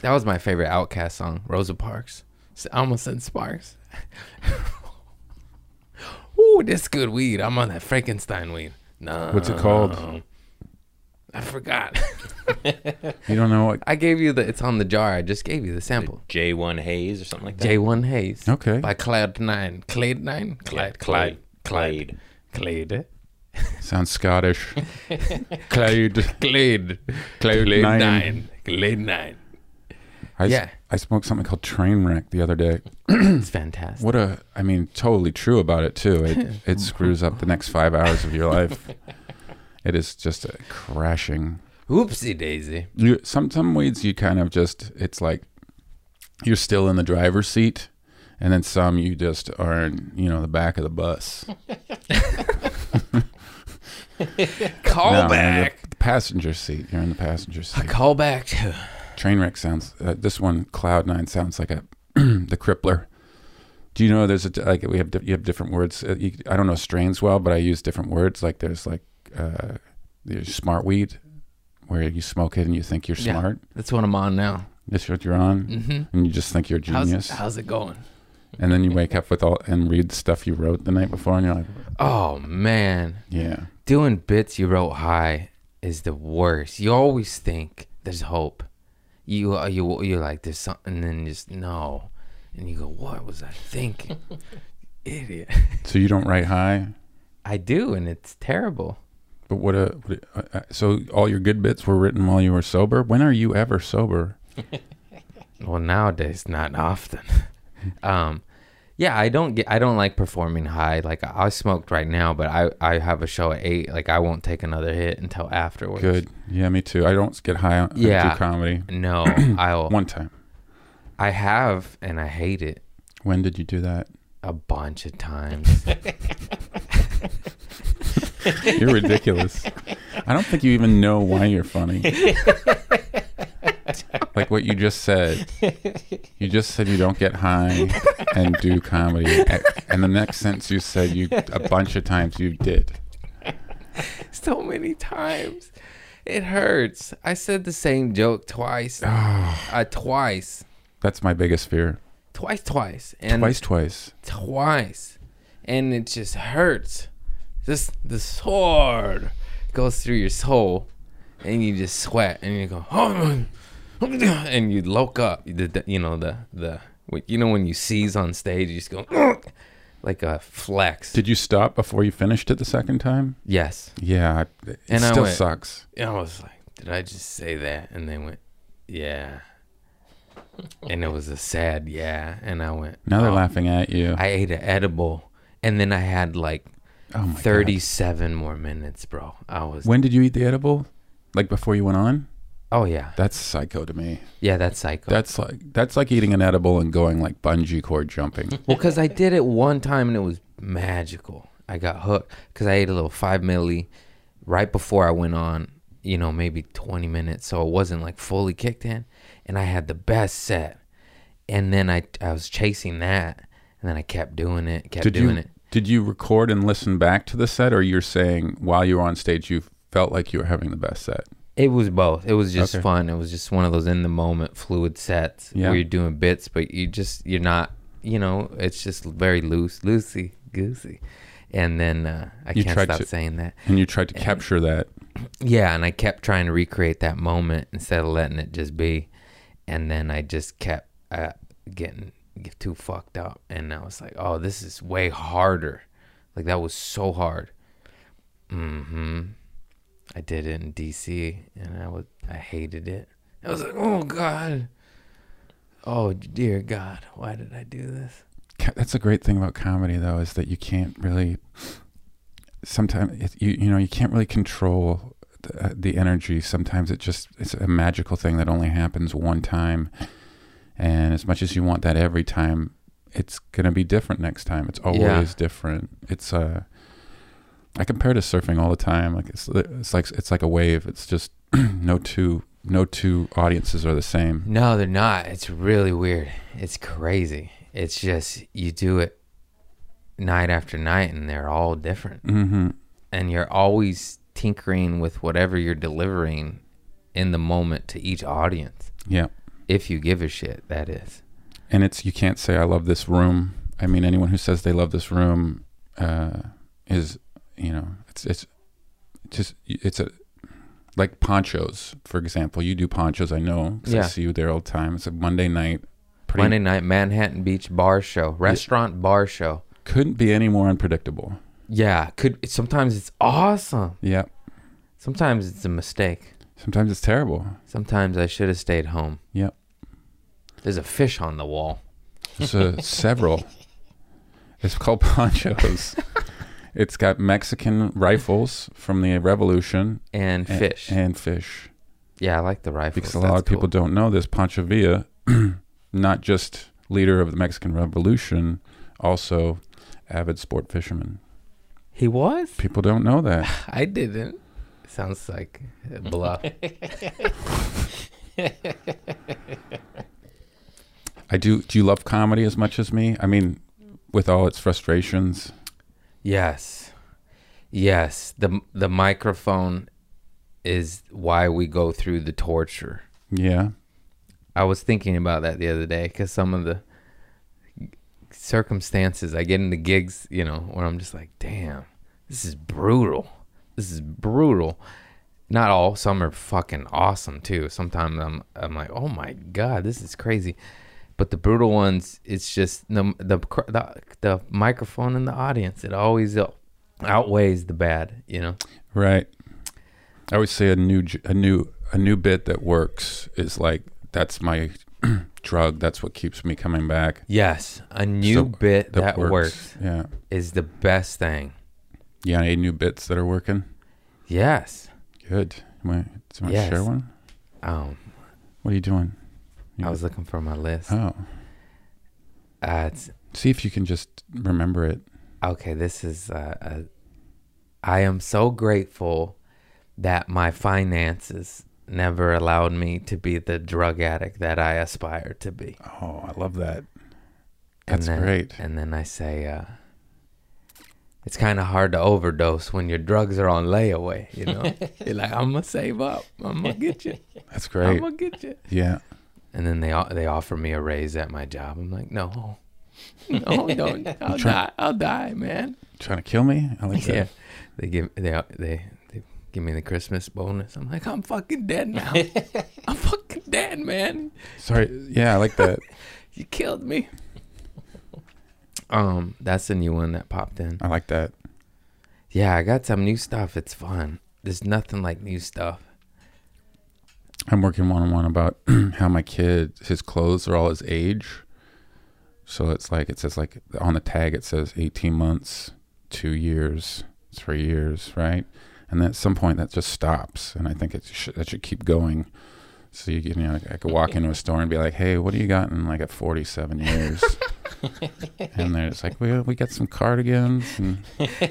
A: That was my favorite Outcast song, Rosa Parks. S- I almost said Sparks. <laughs> Ooh, this good weed. I'm on that Frankenstein weed. No.
C: What's it called?
A: I forgot. <laughs>
C: You don't know what.
A: I gave you the. It's on the jar. I just gave you the sample.
B: J1 Hayes or something like that.
A: J1 Hayes.
C: Okay.
A: By Cloud Nine. Clyde Nine? Clyde. Clyde.
B: Clyde.
A: Clyde. Clyde.
C: Sounds Scottish. Clyde.
A: <laughs> Clyde.
C: Clyde
A: Clyde
C: nine.
A: Nine. Clyde Nine.
C: I, s-
A: Yeah.
C: I smoked something called train wreck the other day.
A: It's fantastic.
C: What a, I mean, totally true about it too. It, it screws up the next five hours of your life. It is just a crashing.
A: Oopsie daisy.
C: You, some some weeds you kind of just it's like you're still in the driver's seat, and then some you just are in you know the back of the bus.
A: Call
C: No, you're in the-
A: back.
C: the passenger seat. You're in the passenger
A: A
C: seat.
A: call back to
C: Trainwreck sounds. Uh, this one, Cloud Nine, sounds like a <clears throat> the Crippler. Do you know there's a di- like we have di- you have different words. Uh, you, I don't know strains well, but I use different words. Like there's like uh, there's smart weed, where you smoke it and you think you're
A: Yeah.
C: smart.
A: <laughs> That's what I'm on now.
C: That's what you're on,
A: Mhm.
C: and you just think you're a
A: How's
C: genius.
A: how's it going?
C: and then you wake up with all and read stuff you wrote the night before, and you're like,
A: Oh man.
C: yeah,
A: doing bits you wrote high is the worst. You always think there's hope. You uh, you you're like there's something, and then just no, and you go, what was I
C: <laughs>
A: thinking, idiot?
C: so you don't write high.
A: I do, and it's terrible.
C: But what a, what a uh, uh, so all your good bits were written while you were sober. When are you ever sober?
A: Well, nowadays not often. <laughs> um, yeah, I don't get. I don't like performing high. Like I, I smoked right now, but I I have a show at eight. Like I won't take another hit until afterwards.
C: Good. Yeah, me too. I don't get high on I
A: Yeah.
C: do comedy. <clears throat>
A: No, I'll.
C: One time.
A: I have, and I hate it.
C: When did you do that?
A: a bunch of times.
C: You're ridiculous. I don't think you even know why you're funny. like what you just said. You just said you don't get high and do comedy. A- And the next sentence you said you a bunch of times you did.
A: <laughs> so many times. It hurts. I said the same joke twice. uh, twice.
C: That's my biggest fear.
A: Twice, twice. And
C: Twice, twice.
A: Twice. And it just hurts. This the sword goes through your soul and you just sweat and you go, <laughs> oh, and you look up. The, the- you know, the, the, you know, when you seize on stage, you just go, <laughs> like a flex.
C: Did you stop before you finished it the second time?
A: yes.
C: Yeah, I- it
A: And I
C: still
A: went-
C: sucks.
A: And I was like, did I just say that? And they went,
C: <laughs>
A: yeah. And it was a sad yeah. And I went,
C: Now they're
A: "Oh."
C: laughing at you.
A: I ate an edible. And then I had like
C: oh my God.
A: 37 more minutes, bro. I was,
C: When did you eat the edible? Like before you went on?
A: oh, yeah.
C: That's psycho to me.
A: Yeah, that's psycho.
C: That's like that's like eating an edible and going like bungee cord jumping.
A: well, because I did it one time and it was magical. I got hooked because I ate a little five milli right before I went on, you know, maybe 20 minutes. So it wasn't like fully kicked in. And I had the best set. And then I, I was chasing that. And then I kept doing it, kept
C: did you
A: doing it.
C: did you record and listen back to the set, or you're saying while you were on stage you felt like you were having the best set?
A: It was both. It was just
C: Okay.
A: fun. It was just one of those in the moment fluid sets
C: Yeah.
A: where you're doing bits, but you just you're not. You know, it's just very loose, loosey goosey. And then uh, I
C: You
A: can't
C: tried
A: stop
C: to-
A: saying that.
C: And you tried to
A: Yeah.
C: capture that.
A: Yeah, and I kept trying to recreate that moment instead of letting it just be. And then I just kept uh, getting get too fucked up, and I was like, "Oh, this is way harder." Like that was so hard. Mm-hmm. I did it in D.C. and I was I hated it. I was like, "Oh God, oh dear God, why did I do this?"
C: Ca- That's a great thing about comedy, though, is that you can't really. Sometimes it, you you know you can't really control the, uh, the energy. Sometimes it just it's a magical thing that only happens one time, and as much as you want that every time, it's gonna be different next time. It's always different. It's uh, I compare it to surfing all the time. Like it's it's like it's like a wave. It's just <clears throat> no two no two audiences are the same.
A: No, they're not. It's really weird. It's crazy. It's just you do it night after night and they're all different.
C: Mm-hmm.
A: And you're always tinkering with whatever you're delivering in the moment to each audience.
C: Yeah.
A: If you give a shit, that is.
C: and it's you can't say I love this room. I mean, anyone who says they love this room uh, is, you know, it's it's just it's a like ponchos, for example. You do ponchos, I know, 'cause
A: Yeah.
C: I see you there all the time. It's a Monday night. Pretty
A: Monday night Manhattan Beach bar show, restaurant bar show.
C: couldn't be any more unpredictable.
A: Yeah, could sometimes it's awesome.
C: Yeah,
A: Sometimes it's a mistake.
C: sometimes it's terrible.
A: Sometimes I should have stayed home.
C: Yep.
A: There's a fish on the wall. <laughs>
C: There's uh, several. It's called
A: <laughs>
C: ponchos. it's got Mexican rifles from the Revolution
A: And
C: a-
A: fish.
C: and fish.
A: yeah, I like the rifles.
C: Because a lot of people don't know this, Pancho Villa, <clears throat> not just leader of the Mexican Revolution, also avid sport fisherman.
A: He was?
C: People don't know that.
A: I didn't. Sounds like a <laughs> bluff.
C: I do. Do you love comedy as much as me? I mean, with all its frustrations.
A: yes. Yes. The the microphone is why we go through the torture.
C: Yeah.
A: I was thinking about that the other day because some of the circumstances I get into gigs, you know, where I'm just like, damn, this is brutal. This is brutal. Not all. Some are fucking awesome too. Sometimes I'm I'm like, oh my god, this is crazy. But the brutal ones, it's just the the cr- the, the microphone and the audience. It always out- outweighs the bad, you know.
C: Right. I always say a new, j- a new, a new bit that works is like that's my <clears throat> drug. That's what keeps me coming back.
A: Yes, a new
C: So,
A: bit that works
C: Yeah.
A: is the best thing.
C: Yeah. Any new bits that are working?
A: Yes.
C: Good. You want, do you want
A: Yes.
C: to share one?
A: Um,
C: What are you doing? You-
A: I was looking for my list.
C: Oh,
A: Uh, it's,
C: see if you can just remember it.
A: okay, this is. Uh, uh, I am so grateful that my finances never allowed me to be the drug addict that I aspire to be.
C: Oh, I love that.
A: And
C: That's
A: then-
C: great.
A: And then I say, uh, it's kind of hard to overdose when your drugs are on layaway. You know,
C: <laughs>
A: you're like, I'm gonna save up. I'm gonna get you.
C: That's
A: I'm
C: great.
A: gonna get you.
C: Yeah.
A: And then they o- they offer me a raise at my job. I'm like, no, no,
C: <laughs>
A: don't. I'll
C: trying-
A: die. I'll die, man.
C: Trying to kill me? I like
A: <laughs>
C: that.
A: Yeah, they give they they they give me the Christmas bonus. I'm like, I'm fucking dead now. I'm fucking dead, man.
C: Sorry. Yeah, I like that.
A: You killed me. Um, that's a new one that popped in.
C: I like that.
A: Yeah, I got some new stuff. It's fun. There's nothing like new stuff.
C: I'm working one on one about <clears throat> how my kid, his clothes are all his age. So it's like, it says, like, on the tag, it says 18 months, two years, three years, right? And at some point, that just stops. And I think it should, that should keep going. So you, can, you know, like, I could walk into a store and be like, hey, what do you got in like a 47 years? and they're just like, we, we got some cardigans and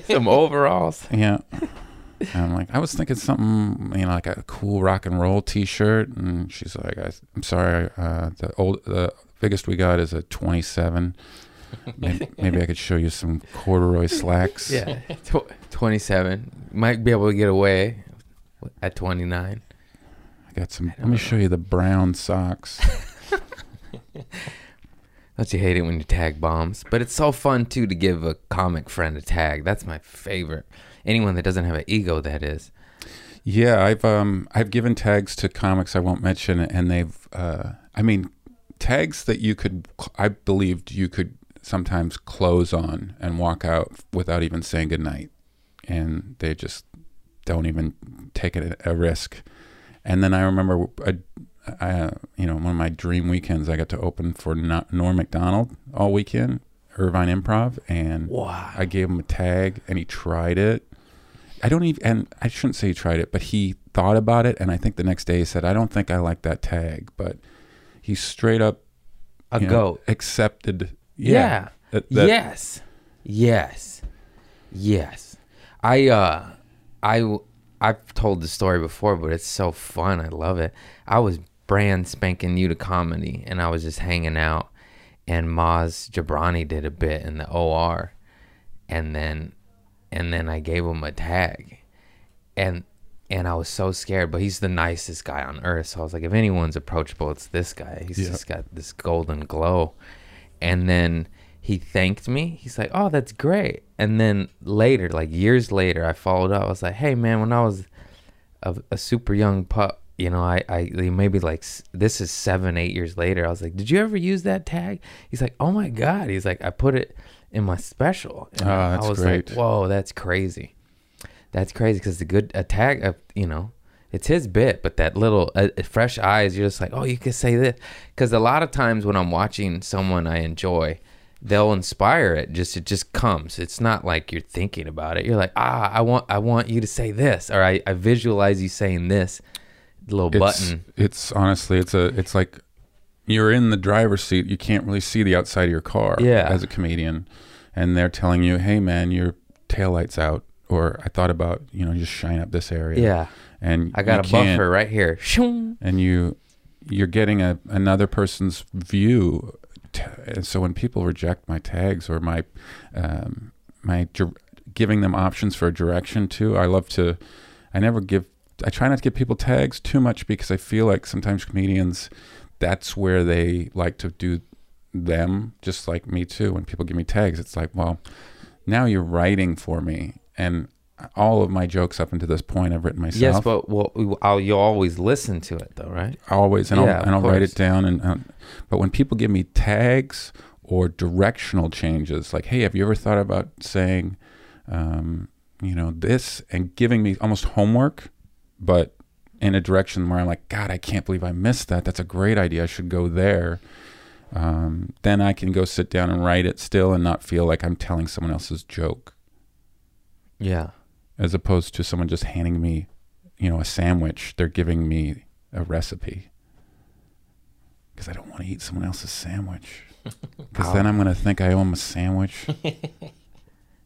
A: Some overalls.
C: yeah. And I'm like, I was thinking something, you know, like a cool rock and roll T-shirt, and she's like, I, "I'm sorry, uh, the old, the biggest we got is a 27. Maybe, maybe I could show you some corduroy slacks."
A: Yeah, tw- 27. Might be able to get away at 29.
C: I got
A: I
C: some. Let
A: don't
C: me
A: know.
C: show you the brown socks.
A: Don't you hate it when you tag bombs? But it's so fun too to give a comic friend a tag. That's my favorite. Anyone that doesn't have an ego, that is.
C: yeah, I've um, I've given tags to comics I won't mention, and they've, uh, I mean, tags that you could, I believed you could sometimes close on and walk out without even saying goodnight. And they just don't even take it a risk. And then I remember, I, I, you know, one of my dream weekends, I got to open for no- Norm MacDonald all weekend, Irvine Improv. And
A: Wow.
C: I gave him a tag and he tried it. I don't even, and I shouldn't say he tried it, but he thought about it. And I think the next day he said, I don't think I like that tag, but he straight up
A: A
C: you know,
A: goat.
C: accepted.
A: Yeah.
C: That- that-
A: yes. Yes. Yes. I uh I w- I've told the story before, but it's so fun. I love it. I was brand spanking new to comedy and I was just hanging out and Maz Jabrani did a bit in the OR and then and then I gave him a tag. And and I was so scared, but he's the nicest guy on earth. So I was like, if anyone's approachable, it's this guy. He's
C: Yeah.
A: just got this golden glow. And then he thanked me. He's like, "Oh, that's great." And then later, like years later, I followed up. I was like, "Hey, man, when I was a, a super young pup, you know, I, I maybe like s- this is seven, eight years later. I was like, "Did you ever use that tag?" He's like, "Oh my god!" He's like, "I put it in my special." And
C: Ah,
A: I
C: that's
A: was
C: great.
A: like, "Whoa, that's crazy." That's crazy because the good a tag, uh, you know, it's his bit, but that little uh, uh, fresh eyes, you're just like, oh, you could say this. Because a lot of times when I'm watching someone I enjoy, they'll inspire it. Just it just comes. It's not like you're thinking about it. You're like, ah, I want I want you to say this, or I, I visualize you saying this little
C: It's,
A: button.
C: it's honestly, it's a, it's like you're in the driver's seat. You can't really see the outside of your car.
A: Yeah.
C: As a comedian, and they're telling you, "Hey, man, your taillight's out," or "I thought about you know just shine up this area."
A: Yeah,
C: And
A: I got
C: you
A: a
C: can't-
A: buffer right here. Shoom.
C: and you you're getting a another person's view t- and so when people reject my tags or my um, my dir- giving them options for a direction too i love to i never give i try not to give people tags too much because i feel like sometimes comedians that's where they like to do them just like me too when people give me tags it's like well now you're writing for me and all of my jokes up until this point i've written myself
A: Yes, but well, I'll, you'll always listen to it though, right?
C: always and
A: Yeah,
C: I'll,
A: of
C: and I'll write it
A: course.
C: down and um, but when people give me tags or directional changes like hey have you ever thought about saying um, you know this and giving me almost homework but in a direction where I'm like god I can't believe I missed that that's a great idea I should go there um, then I can go sit down and write it still and not feel like I'm telling someone else's joke
A: Yeah.
C: as opposed to someone just handing me you know a sandwich they're giving me a recipe because i don't want to eat someone
A: <laughs>
C: else's sandwich because then i'm going to think i owe them a sandwich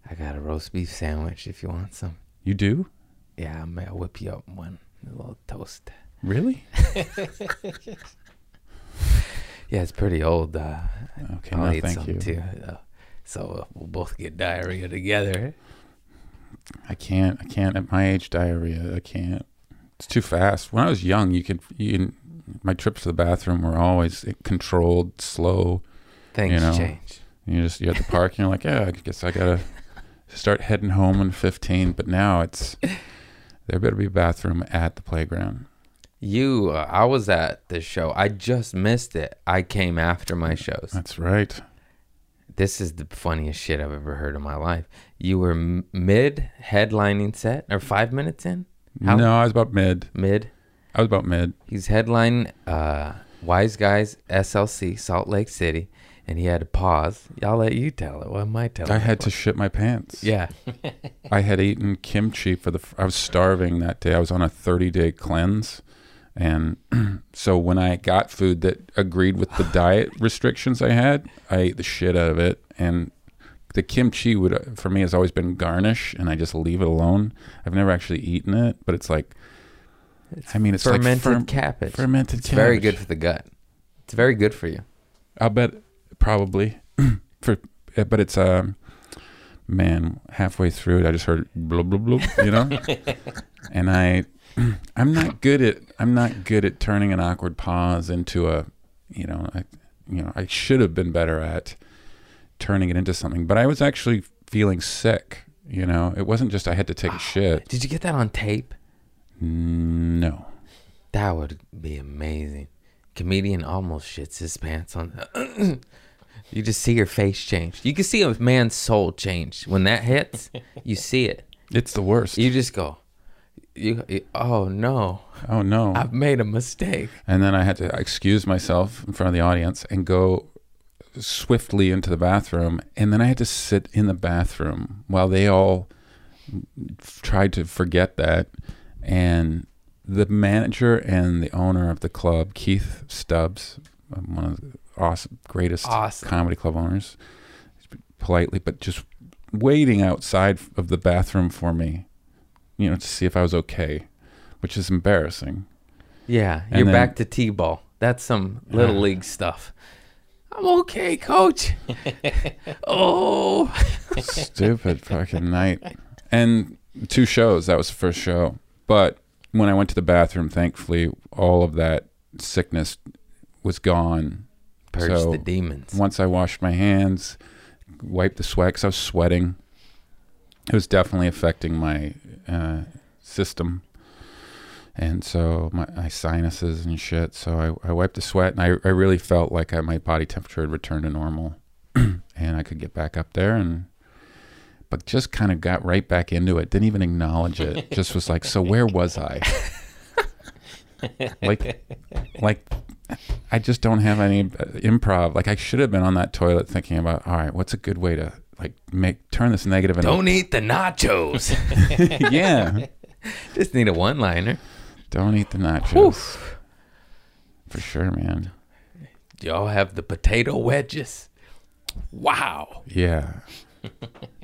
A: I got a roast beef sandwich if you want some.
C: you do
A: Yeah, I may I'll whip you up one. A little toast.
C: really
A: Yeah, it's pretty old. Uh,
C: okay
A: I'll
C: no
A: eat
C: thank
A: some
C: you
A: too. though. So uh, we'll both get diarrhea together.
C: i can't i can't at my age diarrhea i can't it's too fast when i was young you could you didn't- my trips to the bathroom were always controlled slow
A: Things
C: You know.
A: change.
C: And you just you're at the park and you're like, yeah, I guess I gotta start heading home in 15. But now it's there better be a bathroom at the playground.
A: You, uh, I was at this show. I just missed it. I came after my shows.
C: That's right.
A: This is the funniest shit I've ever heard in my life. You were m- mid headlining set or five minutes in? How-
C: No, I was about mid.
A: Mid.
C: I was about mid.
A: He's headlining uh, Wise Guys SLC Salt Lake City, and he had to pause. I'll let you tell it. What am I telling?
C: I had to shit my pants.
A: Yeah.
C: I had eaten kimchi for the. f- I was starving that day. I was on a 30 day cleanse, and <clears throat> so when I got food that agreed with the
A: <sighs>
C: diet restrictions I had, I ate the shit out of it. And the kimchi would, uh, for me, has always been garnish, and I just leave it alone. I've never actually eaten it, but it's like, I mean, it's
A: fermented
C: like ferm-
A: cabbage.
C: fermented.
A: it's very
C: cabbage.
A: good for the gut. It's very good for you.
C: I'll bet probably <clears throat> for, uh, but it's um, man, halfway through it, I just heard blub blub blub, you know,
A: <laughs>
C: and I, <clears throat> I'm not good at, I'm not good at turning an awkward pause into a, you know, I, you know, I should have been better at turning it into something, but I was actually feeling sick. You know, it wasn't just I had to take
A: Ah,
C: a shit.
A: Did you get that on tape?
C: No.
A: That would be amazing. Comedian almost shits his pants on. <coughs> you just see your face change. You can see a man's soul change when that hits. you see it.
C: It's the worst.
A: You just go. You, you oh no,
C: oh no.
A: I've made a mistake.
C: And then I had to excuse myself in front of the audience and go swiftly into the bathroom. And then I had to sit in the bathroom while they all f- tried to forget that. And the manager and the owner of the club, Keith Stubbs, um, one of the awesome, greatest
A: Awesome.
C: comedy club owners, politely, but just waiting outside of the bathroom for me, you know, to see if I was okay, which is embarrassing.
A: Yeah,
C: And
A: you're
C: then- Uh-huh.
A: back to t-ball. That's some little league stuff. I'm okay,
C: <laughs>
A: coach. oh,
C: stupid fucking night. And two shows. That was the first show. But when I went to the bathroom, thankfully, all of that sickness was gone.
A: purge
C: So,
A: the demons.
C: Once I washed my hands, wiped the sweat, 'cause I was sweating. It was definitely affecting my uh, system. And so my, my sinuses and shit. So I, I wiped the sweat and I, I really felt like I, my body temperature had returned to normal and I could get back up there and,
A: <laughs>
C: but just kind of got right back into it. Didn't even acknowledge it. just was like, so where was I? like like i just don't have any uh, improv like i should have been on that toilet thinking about all right what's a good way to like make turn this negative into
A: Don't eat the nachos.
C: <laughs> yeah
A: <laughs> Just need a one liner.
C: don't eat the nachos for sure man
A: Y'all have the potato wedges. Wow.
C: yeah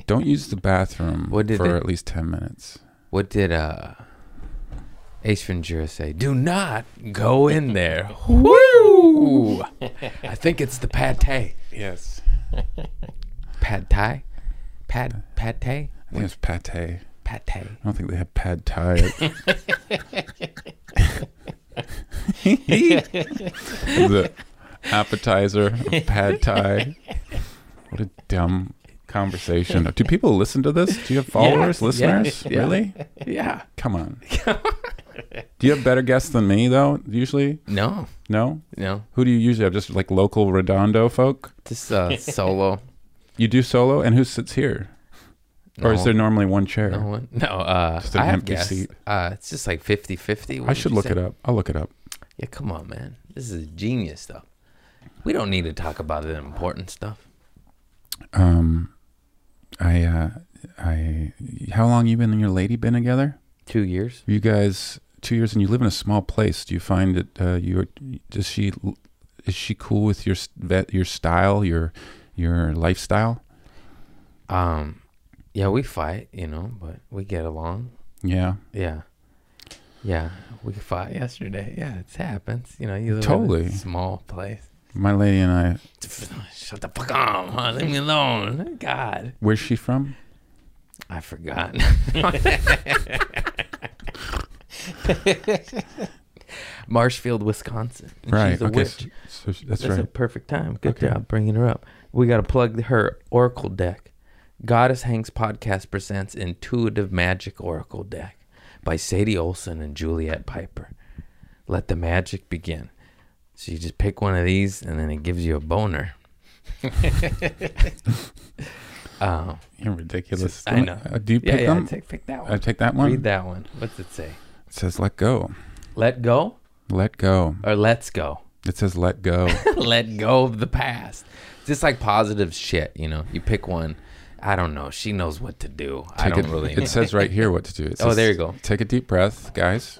C: don't use the bathroom
A: What did
C: for
A: they-
C: at least 10 minutes
A: What did uh Ace Ventura say? Do not go in <laughs> there. <laughs> Woo! I think it's the pad thai.
C: yes
A: Pad thai? Pad pad thai?
C: i think it's pate i
A: Pad thai.
C: don't think they have
A: <laughs>
C: pad thai at- the appetizer of pad thai what a dumb conversation do people listen to this do you have followers
A: Yeah,
C: listeners
A: yeah.
C: really
A: Yeah. <laughs>
C: Come on. do you have better guests than me though? Usually,
A: No.
C: no.
A: No.
C: Who do you usually have? Just like local Redondo folk.
A: Just <laughs> uh solo.
C: You do solo, and who sits here? Or is
A: No.
C: there normally one chair?
A: No one. No, uh
C: Just an
A: I have
C: empty
A: guests.
C: seat.
A: Uh it's just like 50-50.
C: I should look
A: it up.
C: it up. I'll look it up.
A: Yeah, come on, man. This is genius stuff. We don't need to talk about the important stuff.
C: Um, I, uh, I. How long you been and your lady been together?
A: Two years.
C: You guys two years, and you live in a small place. Do you find that uh, you does she is she cool with your s- vet your style your your lifestyle?
A: Um, yeah, we fight, you know, but we get along.
C: Yeah.
A: Yeah, yeah, we fought yesterday. Yeah, it happens. You know, you live in
C: Totally.
A: a small place.
C: My lady and I,
A: Shut the fuck up! Huh? Leave me alone. God,
C: where's she from?
A: I
C: <laughs>
A: forgot. <laughs> Marshfield, Wisconsin. And
C: Right.
A: She's a
C: okay.
A: witch.
C: So, so that's,
A: That's a
C: right.
A: perfect time. Good
C: Okay.
A: job bringing her up. We got to plug her oracle deck. Goddess Hanks podcast presents Intuitive Magic Oracle Deck by Sadie Olson and Juliet Piper. Let the magic begin. So you just pick one of these, and then it gives you a boner. um,
C: You're ridiculous.
A: I know.
C: Uh, do you
A: yeah,
C: pick
A: yeah.
C: them?
A: Take, pick that
C: I
A: one.
C: take that one.
A: Read that one. What's it say?
C: It says let go.
A: Let go
C: Let go.
A: or let's go. <laughs>
C: It says let go.
A: let go of the past. Just like positive shit, you know. You pick one. I don't know. She knows what to do. I
C: Take
A: don't
C: a-
A: really. <laughs> Know.
C: It says right here what to do. It
A: <laughs> Oh,
C: says,
A: there you go.
C: Take a deep breath, guys.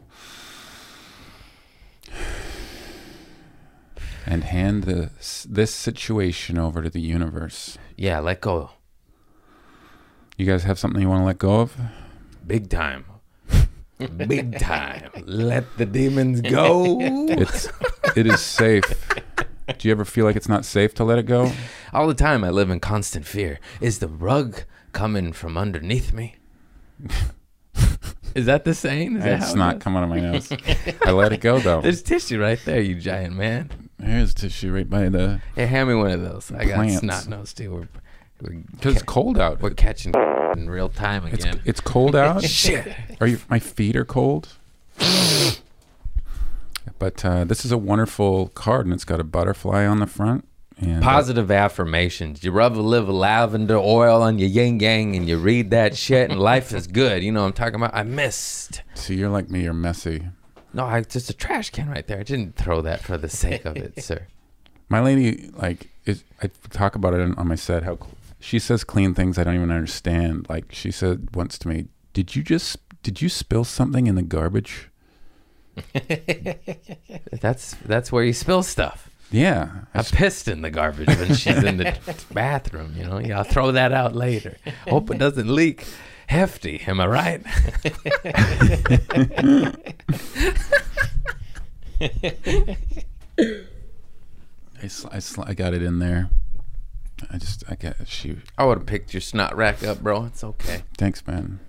C: And hand the, this situation over to the universe.
A: Yeah, let go.
C: You guys have something you want to let go of?
A: Big
C: <laughs>
A: time. Big time. Let the demons
C: <laughs>
A: go.
C: It's it is safe. Do you ever feel like it's not safe to let it
A: <laughs>
C: go?
A: All the time I live in constant fear. Is the rug coming from underneath
C: <laughs>
A: me? Is that the saying? Is that how
C: It's
A: it
C: not
A: goes?
C: coming out of
A: <laughs>
C: my nose. I let it go though.
A: There's tissue right there, you giant man.
C: There's tissue right by the
A: Hey, hand me one of those. I got
C: Plants.
A: snot nose too. We're, we're,
C: because it's cold out.
A: we're catching <laughs> in real time
C: It's
A: again.
C: it's
A: <laughs>
C: cold out.
A: Shit.
C: Are you? My feet are cold. but uh, this is a wonderful card, and it's got a butterfly on the front. And
A: Positive affirmations. You rub a little lavender oil on your yin yang and you read that shit and life is good. You know what I'm talking about? I missed.
C: See, you're like me. You're messy.
A: No, I just a trash can right there. I didn't throw that for the sake of it, sir.
C: My lady, like, is, I talk about it on, on my set. How cl- she says clean things I don't even understand. Like she said once to me, "Did you just did you spill something in the garbage?"
A: That's that's where you spill stuff.
C: Yeah, I
A: I pissed in the garbage when she's in the bathroom, you know. Yeah, I'll throw that out later. Hope it doesn't leak. Hefty, am I right? <laughs>
C: I, sl- I, sl- I got it in there. I just, I got, she,
A: I would have picked your snot rack up, bro. It's okay.
C: thanks, man.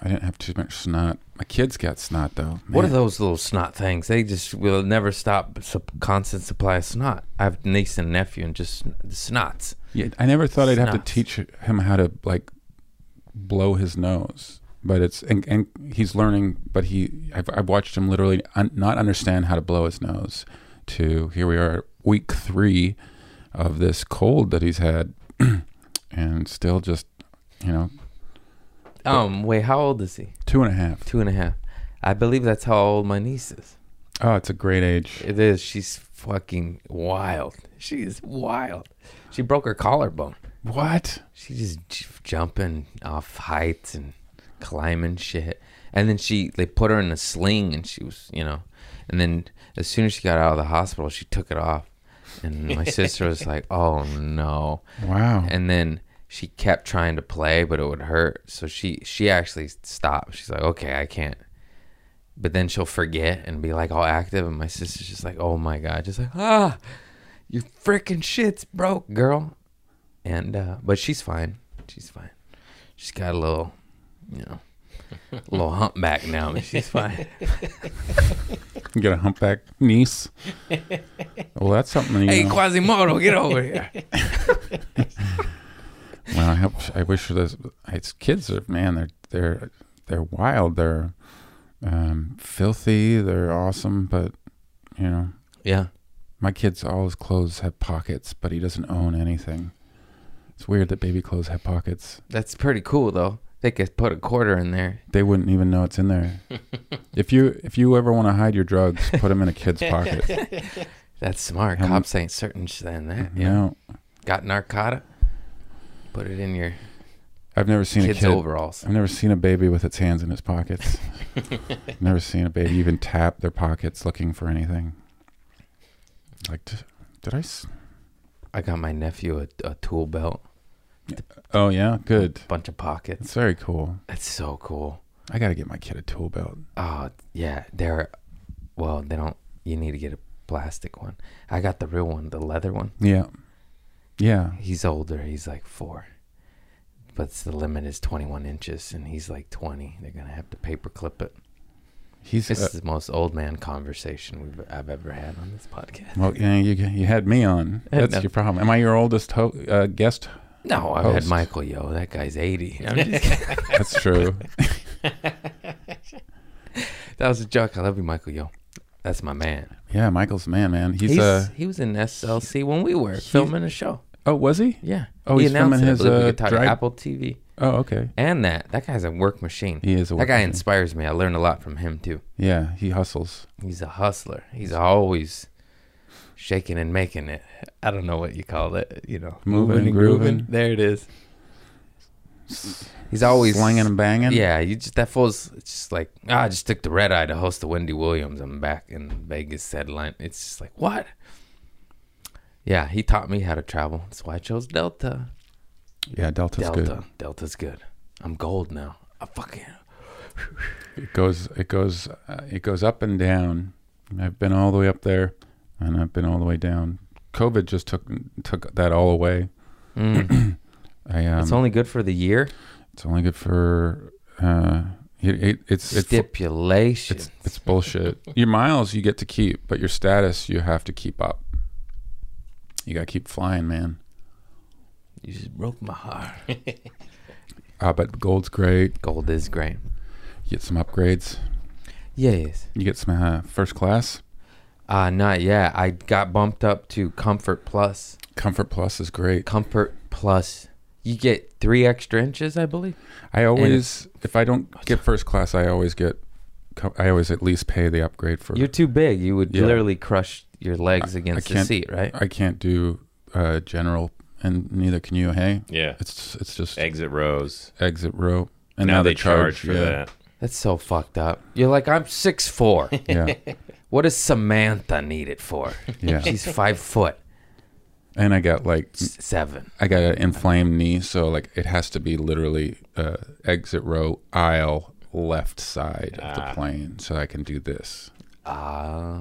C: I didn't have too much snot. My kids got snot, though.
A: What are
C: Man,
A: those little snot things? They just will never stop. Sup- constant supply of snot. I have niece and nephew, and just sn- snots.
C: Yeah, I never thought I'd have
A: Snot.
C: to teach him how to, like, blow his nose. But it's, and, and he's learning, but he, I've, I've watched him literally un- not understand how to blow his nose to, here we are, week three of this cold that he's had <clears throat> and still just, you know,
A: Um, wait, how old is he?
C: two and a half.
A: Two and a half. I believe that's how old my niece is.
C: Oh, it's a great age.
A: It is. She's fucking wild. She is wild. She broke her collarbone.
C: What?
A: She just j- jumping off heights and climbing shit. And then she, they put her in a sling, and she was, you know. And then as soon as she got out of the hospital, she took it off. And my sister was like, "Oh no!" <laughs>
C: Wow.
A: and then she kept trying to play but it would hurt so she she actually stopped she's like okay i can't but then she'll forget and be like all active and my sister's just like oh my god just like ah your freaking shit's broke girl and uh but she's fine she's fine she's got a little you <laughs> know a little humpback now but she's fine
C: You got a humpback niece. well, that's something.
A: <laughs>
C: You
A: hey
C: know.
A: quasimodo get over here
C: Well, I, hope, I wish those it's kids are man. They're they're they're wild. They're um, filthy. They're awesome, but you know
A: <laughs> yeah
C: my kids. All his clothes have pockets, but he doesn't own anything. It's weird that baby clothes have pockets.
A: that's pretty cool though they could put a quarter in there
C: They wouldn't even know it's in there. if you if you ever want to hide your drugs, put them in a kid's pocket.
A: that's smart
C: Um,
A: cops ain't certain than that yeah
C: No,
A: got narcotic, put it in your
C: I've never seen
A: kids'
C: a kid.
A: overalls.
C: I've never seen a baby with its hands in
A: <laughs>
C: its pockets. I've never seen a baby even tap their pockets looking for anything. Like, did, did I? S-
A: I got my nephew a, a tool belt,
C: oh yeah, good.
A: bunch of pockets.
C: That's very cool.
A: That's so cool.
C: I gotta get my kid a tool belt.
A: Oh yeah, they're well, they don't. You need to get a plastic one. I got the real one, the leather one.
C: Yeah, yeah.
A: He's older. He's like four, but it's- the limit is 21 inches, and he's like 20. They're gonna have to paper clip it.
C: He's
A: This
C: uh,
A: is the most old man conversation we've, I've ever had on this podcast.
C: well. Yeah, you you had me on.
A: <laughs> I
C: That's
A: know.
C: your problem. Am I your oldest ho- uh, guest?
A: No, I've had
C: Host.
A: Michael. Yo, that guy's 80. I'm just kidding. <laughs>
C: That's true.
A: that was a joke. I love you, Michael. Yo, that's my man.
C: yeah, Michael's the man, man. He's,
A: He's,
C: uh
A: he was in SLC when we were filming a show.
C: oh, was he?
A: Yeah.
C: Oh,
A: he
C: he's filming his,
A: I believe, we
C: uh,
A: could talk to
C: drive-
A: Apple TV
C: Oh, okay.
A: and that. That guy's a work machine.
C: He is a
A: that guy
C: workaholic.
A: inspires me. I learned a lot from him too.
C: Yeah, he hustles.
A: He's a hustler. He's always shaking and making it. I don't know what you call it. You know,
C: Moving and grooving.
A: There it is. He's always
C: slinging and banging.
A: Yeah, you just that fool's it's just like ah, I just took the red eye to host the Wendy Williams. I'm back in Vegas headline. It's just like what? Yeah, he taught me how to travel. That's why I chose Delta.
C: yeah. Delta's
A: Delta,
C: good.
A: Delta's good. I'm gold now. I fucking
C: It goes, it goes, uh, it goes up and down. I've been all the way up there, and I've been all the way down. COVID just took took that all away.
A: Mm.
C: I um,
A: <clears throat> it's only good for the year.
C: it's only good for uh, it, it, it's it's
A: Stipulation.
C: it's it's bullshit. your miles you get to keep, but your status you have to keep up. You gotta keep flying, man.
A: you just broke my heart.
C: Ah, but gold's great.
A: Gold is great.
C: You get some upgrades.
A: Yes.
C: You get some uh, first class.
A: Uh not yet. I got bumped up to Comfort Plus.
C: Comfort Plus is great.
A: Comfort Plus. You get three extra inches, I believe.
C: I always, if I don't get first class, I always get, co- I always at least pay the upgrade for.
A: You're too big. You would
C: Yeah.
A: literally crush your legs against the
C: can't-
A: seat, right?
C: I can't do uh, general, and neither can you. Hey,
B: Yeah.
C: it's it's just
B: Exit rows.
C: exit row, and
B: now, they charge, for
C: yeah,
B: that.
A: That's so fucked up. You're like, I'm six
C: <laughs>
A: four.
C: Yeah,
B: <laughs>
A: what does Samantha need it for? <laughs>
C: yeah.
A: She's five foot
C: and I got like
A: s- seven.
C: I got an inflamed knee, so like it has to be literally uh, exit row aisle left side of
B: Ah.
C: the plane, so I can do this.
A: Ah.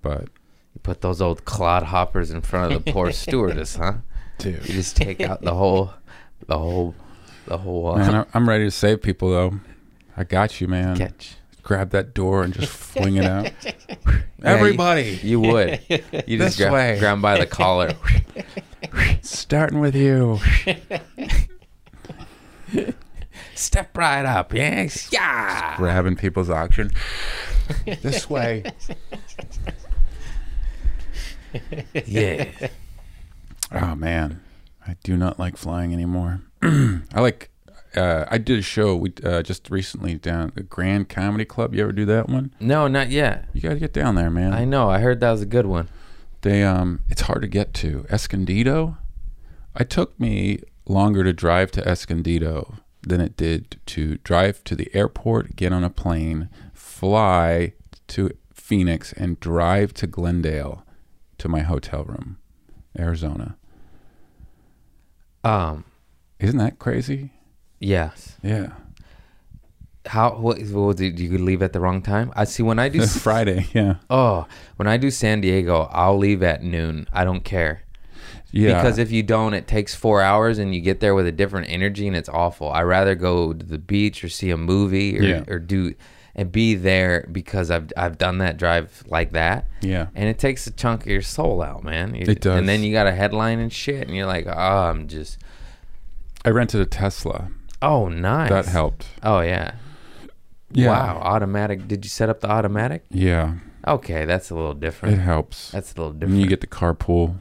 C: But
A: You put those old clodhoppers in front of the
C: <laughs>
A: poor stewardess, huh? You
C: dude,
A: just take out the whole, the whole, the whole uh,
C: man, I- I'm ready to save people though. I got you, man.
A: catch.
C: grab that door and just fling
A: <laughs>
C: it out.
A: Yeah, you-
C: Everybody,
A: You would. You
C: This
A: just
C: way.
A: grab, grab
C: <laughs>
A: by the collar.
C: starting with you.
A: <laughs> Step right up. Yes. Yeah.
C: Grabbing people's auction. This
A: <laughs>
C: way.
A: Yeah.
C: Oh man, <clears throat> I do not like flying anymore. I like uh, I did a show we, uh, just recently down at the Grand Comedy Club. You ever do that one?
A: No, not yet.
C: You got to get down there, man.
A: I know. I heard that was a good one.
C: They um, it's hard to get to Escondido. It took me longer to drive to Escondido than it did to drive to the airport, get on a plane, fly to Phoenix, and drive to Glendale to my hotel room, Arizona.
A: Um,
C: Isn't that crazy?
A: yes.
C: Yeah,
A: How? What? is- what did you leave at the wrong time? I see. When I
C: <laughs>
A: do
C: Friday. Yeah,
A: Oh, when I do San Diego, I'll leave at noon. I don't care.
C: yeah.
A: Because if you don't, it takes four hours and you get there with a different energy and it's awful. I'd rather go to the beach or see a movie or,
C: Yeah.
A: or do and be there because I've I've done that drive like that.
C: Yeah.
A: And it takes a chunk of your soul out, man. You-
C: It does.
A: And then you got a headline and shit and you're like, oh, I'm just,
C: I rented a Tesla.
A: oh, nice.
C: That helped.
A: Oh, yeah.
C: Yeah.
A: Wow. Automatic. Did you set up the automatic?
C: Yeah,
A: Okay. That's a little different.
C: it helps.
A: That's a little different.
C: And you get the carpool.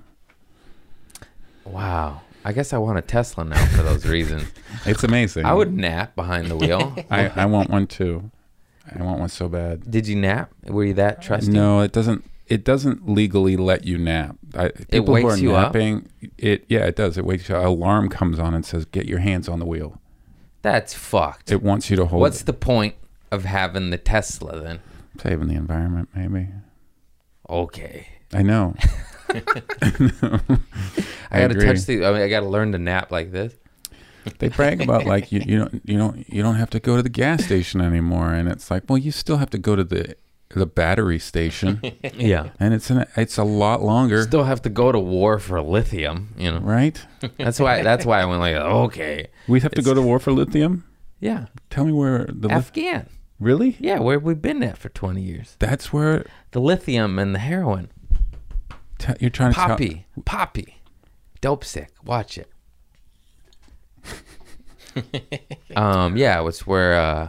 A: Wow. I guess I want a Tesla now for those reasons.
C: It's amazing.
A: I would nap behind the wheel.
C: I, I want one too. I want one so bad.
A: Did you nap? Were you that trusty?
C: No, it doesn't. It doesn't legally let you nap. I, people who
A: wakes
C: are
A: you up?
C: napping, it yeah, it does. It wakes you. An alarm comes on and says, "Get your hands on the wheel."
A: That's fucked.
C: It wants you to hold.
A: What's
C: it.
A: the point of having the Tesla then?
C: saving the environment? Maybe
A: Okay. <laughs>
C: I know. <laughs>
A: I, gotta
C: agree.
A: touch the I mean I gotta learn to nap like
C: <laughs>
A: this.
C: They brag about like you, you don't you don't you don't have to go to the gas station anymore, and it's like, well, you still have to go to the the
A: <laughs>
C: battery station,
A: Yeah.
C: and it's an, it's a lot longer,
A: Still have to go to war for lithium, you
C: <laughs>
A: know.
C: right?
A: That's why that's why I went like okay.
C: We have to go to war for lithium.
A: Yeah.
C: Tell me where the lith-
A: Afghan.
C: really?
A: Yeah, where have we been at for twenty years?
C: That's where
A: The lithium and the heroin.
C: t- you're trying to tell-
A: Poppy. Poppy. Dope sick. Watch it. um, yeah, it's where uh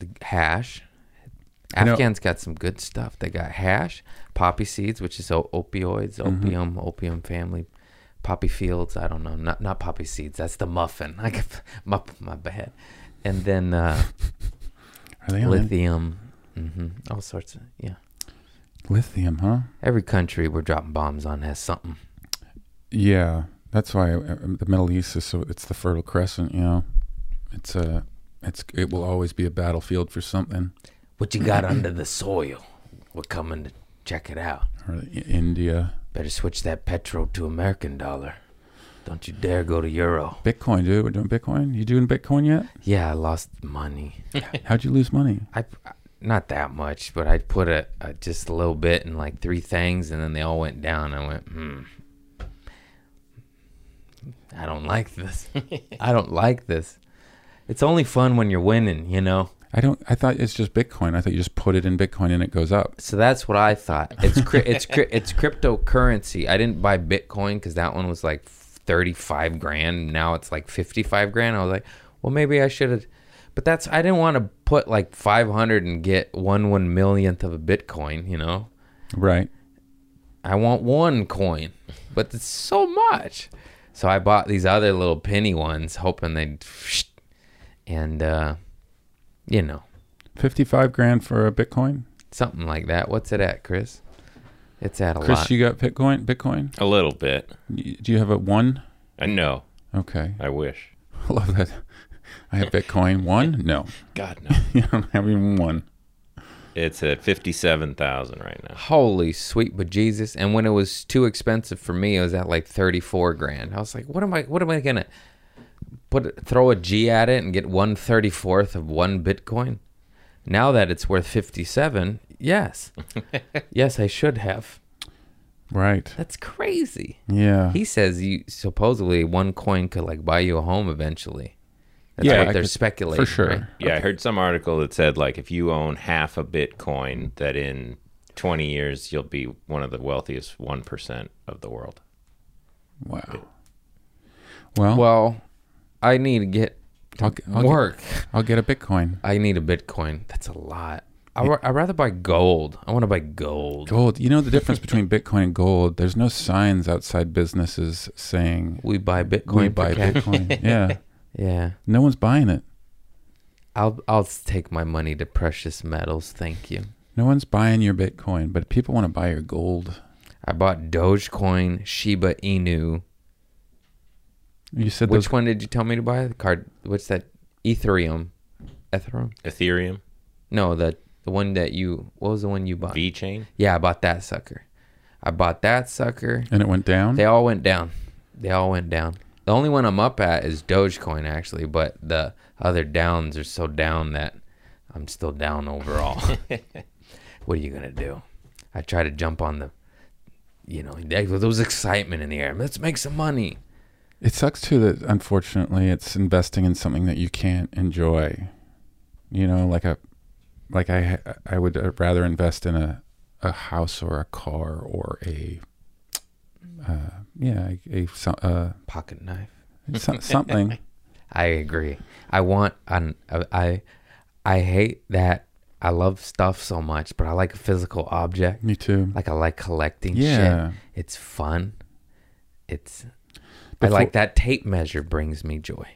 A: the hash.
C: I know-
A: Afghans got some good stuff. They got hash, poppy seeds, which is o- opioids, opium, opium family, poppy fields. I don't know, not not poppy seeds. That's the muffin. <laughs> I got my my bad. And then uh,
C: Are they on lithium.
A: lithium, hmm all sorts of yeah.
C: lithium? Huh?
A: Every country we're dropping bombs on has something.
C: Yeah, that's why uh, the Middle East is so. It's the Fertile Crescent, you know. It's a. It's it will always be a battlefield for something.
A: What you got under the soil? We're coming to check it out.
C: Or I- India,
A: Better switch that petrol to American dollar. Don't you dare go to euro.
C: Bitcoin, dude. We're doing Bitcoin. You doing
A: <laughs>
C: Bitcoin yet?
A: Yeah, I lost money.
C: How'd you lose money?
A: I not that much, but I put a, a just a little bit in like three things, and then they all went down. I went, hmm. I don't like this. <laughs> I don't like this. It's only fun when you're winning, you know.
C: I don't. I thought it's just Bitcoin. I thought you just put it in Bitcoin and it goes up.
A: So that's what I thought. It's cri- it's cri- it's cryptocurrency. I didn't buy Bitcoin because that one was like thirty five grand. Now it's like fifty five grand. I was like, well, maybe I should have. But that's I didn't want to put like five hundred and get one one millionth of a Bitcoin. You know,
C: Right.
A: I want one coin, but it's so much. So I bought these other little penny ones, hoping they'd, and uh, you know,
C: Fifty-five grand for a Bitcoin.
A: something like that. What's it at, Chris? It's at a
C: Chris,
A: lot.
C: you got Bitcoin. Bitcoin.
B: A little bit.
C: Y- Do you have a one?
B: I know.
C: Okay.
B: I wish.
C: I love that. I have Bitcoin. One? No. <laughs>
B: God no.
C: I don't have even one.
B: it's at fifty-seven thousand right now.
A: holy sweet bejesus and when it was too expensive for me it was at like 34 grand i was like what am i what am i gonna put throw a g at it and get 1 34th of one bitcoin now that it's worth 57 yes
C: <laughs>
A: yes i should have
C: Right.
A: that's crazy
C: Yeah.
A: he says you supposedly one coin could like buy you a home eventually that's
C: Yeah,
A: what
C: I
A: they're
C: could-
A: speculating
C: for sure.
A: right?
B: Yeah, I heard some article that said like if you own half a Bitcoin, that in twenty years you'll be one of the wealthiest one percent of the world.
C: Wow. Well,
A: well i need to get
C: I'll, g- I'll
A: work
C: Get, I'll get a Bitcoin.
A: I need a Bitcoin. That's a lot. I would rather buy gold. I want to buy gold.
C: Gold. You know the <laughs> difference between Bitcoin and gold. There's no signs outside businesses saying
A: We buy Bitcoin.
C: we
A: for
C: buy
A: cash.
C: <laughs> Bitcoin. yeah.
A: Yeah.
C: No one's buying it.
A: I'll I'll take my money to precious metals. Thank you.
C: No one's buying your Bitcoin, but people want to buy your gold.
A: I bought Dogecoin, Shiba Inu.
C: You said
A: Which
C: those.
A: one did you tell me to buy? The card. What's that? Ethereum. Ethereum.
B: Ethereum,
A: No, the the one that you. What was the one you bought?
B: V chain.
A: Yeah, I bought that sucker. I bought that sucker.
C: And it went down.
A: They all went down. They all went down. The only one I'm up at is Dogecoin actually, but the other downs are so down that I'm still down overall. <laughs> what are you gonna do? I try to jump on the, you know, there was excitement in the air. Let's make some money.
C: It sucks too that unfortunately it's investing in something that you can't enjoy. You know, like a like I I would uh, rather invest in a a house or a car or a uh, yeah a, a so- uh,
A: Pocket knife.
C: so- something.
A: I agree. I want. I I, I hate that. I love stuff so much, but I like a physical object.
C: Me too.
A: Like I like collecting
C: Yeah.
A: shit. It's fun. It's I
C: Before-
A: like that tape measure brings me joy.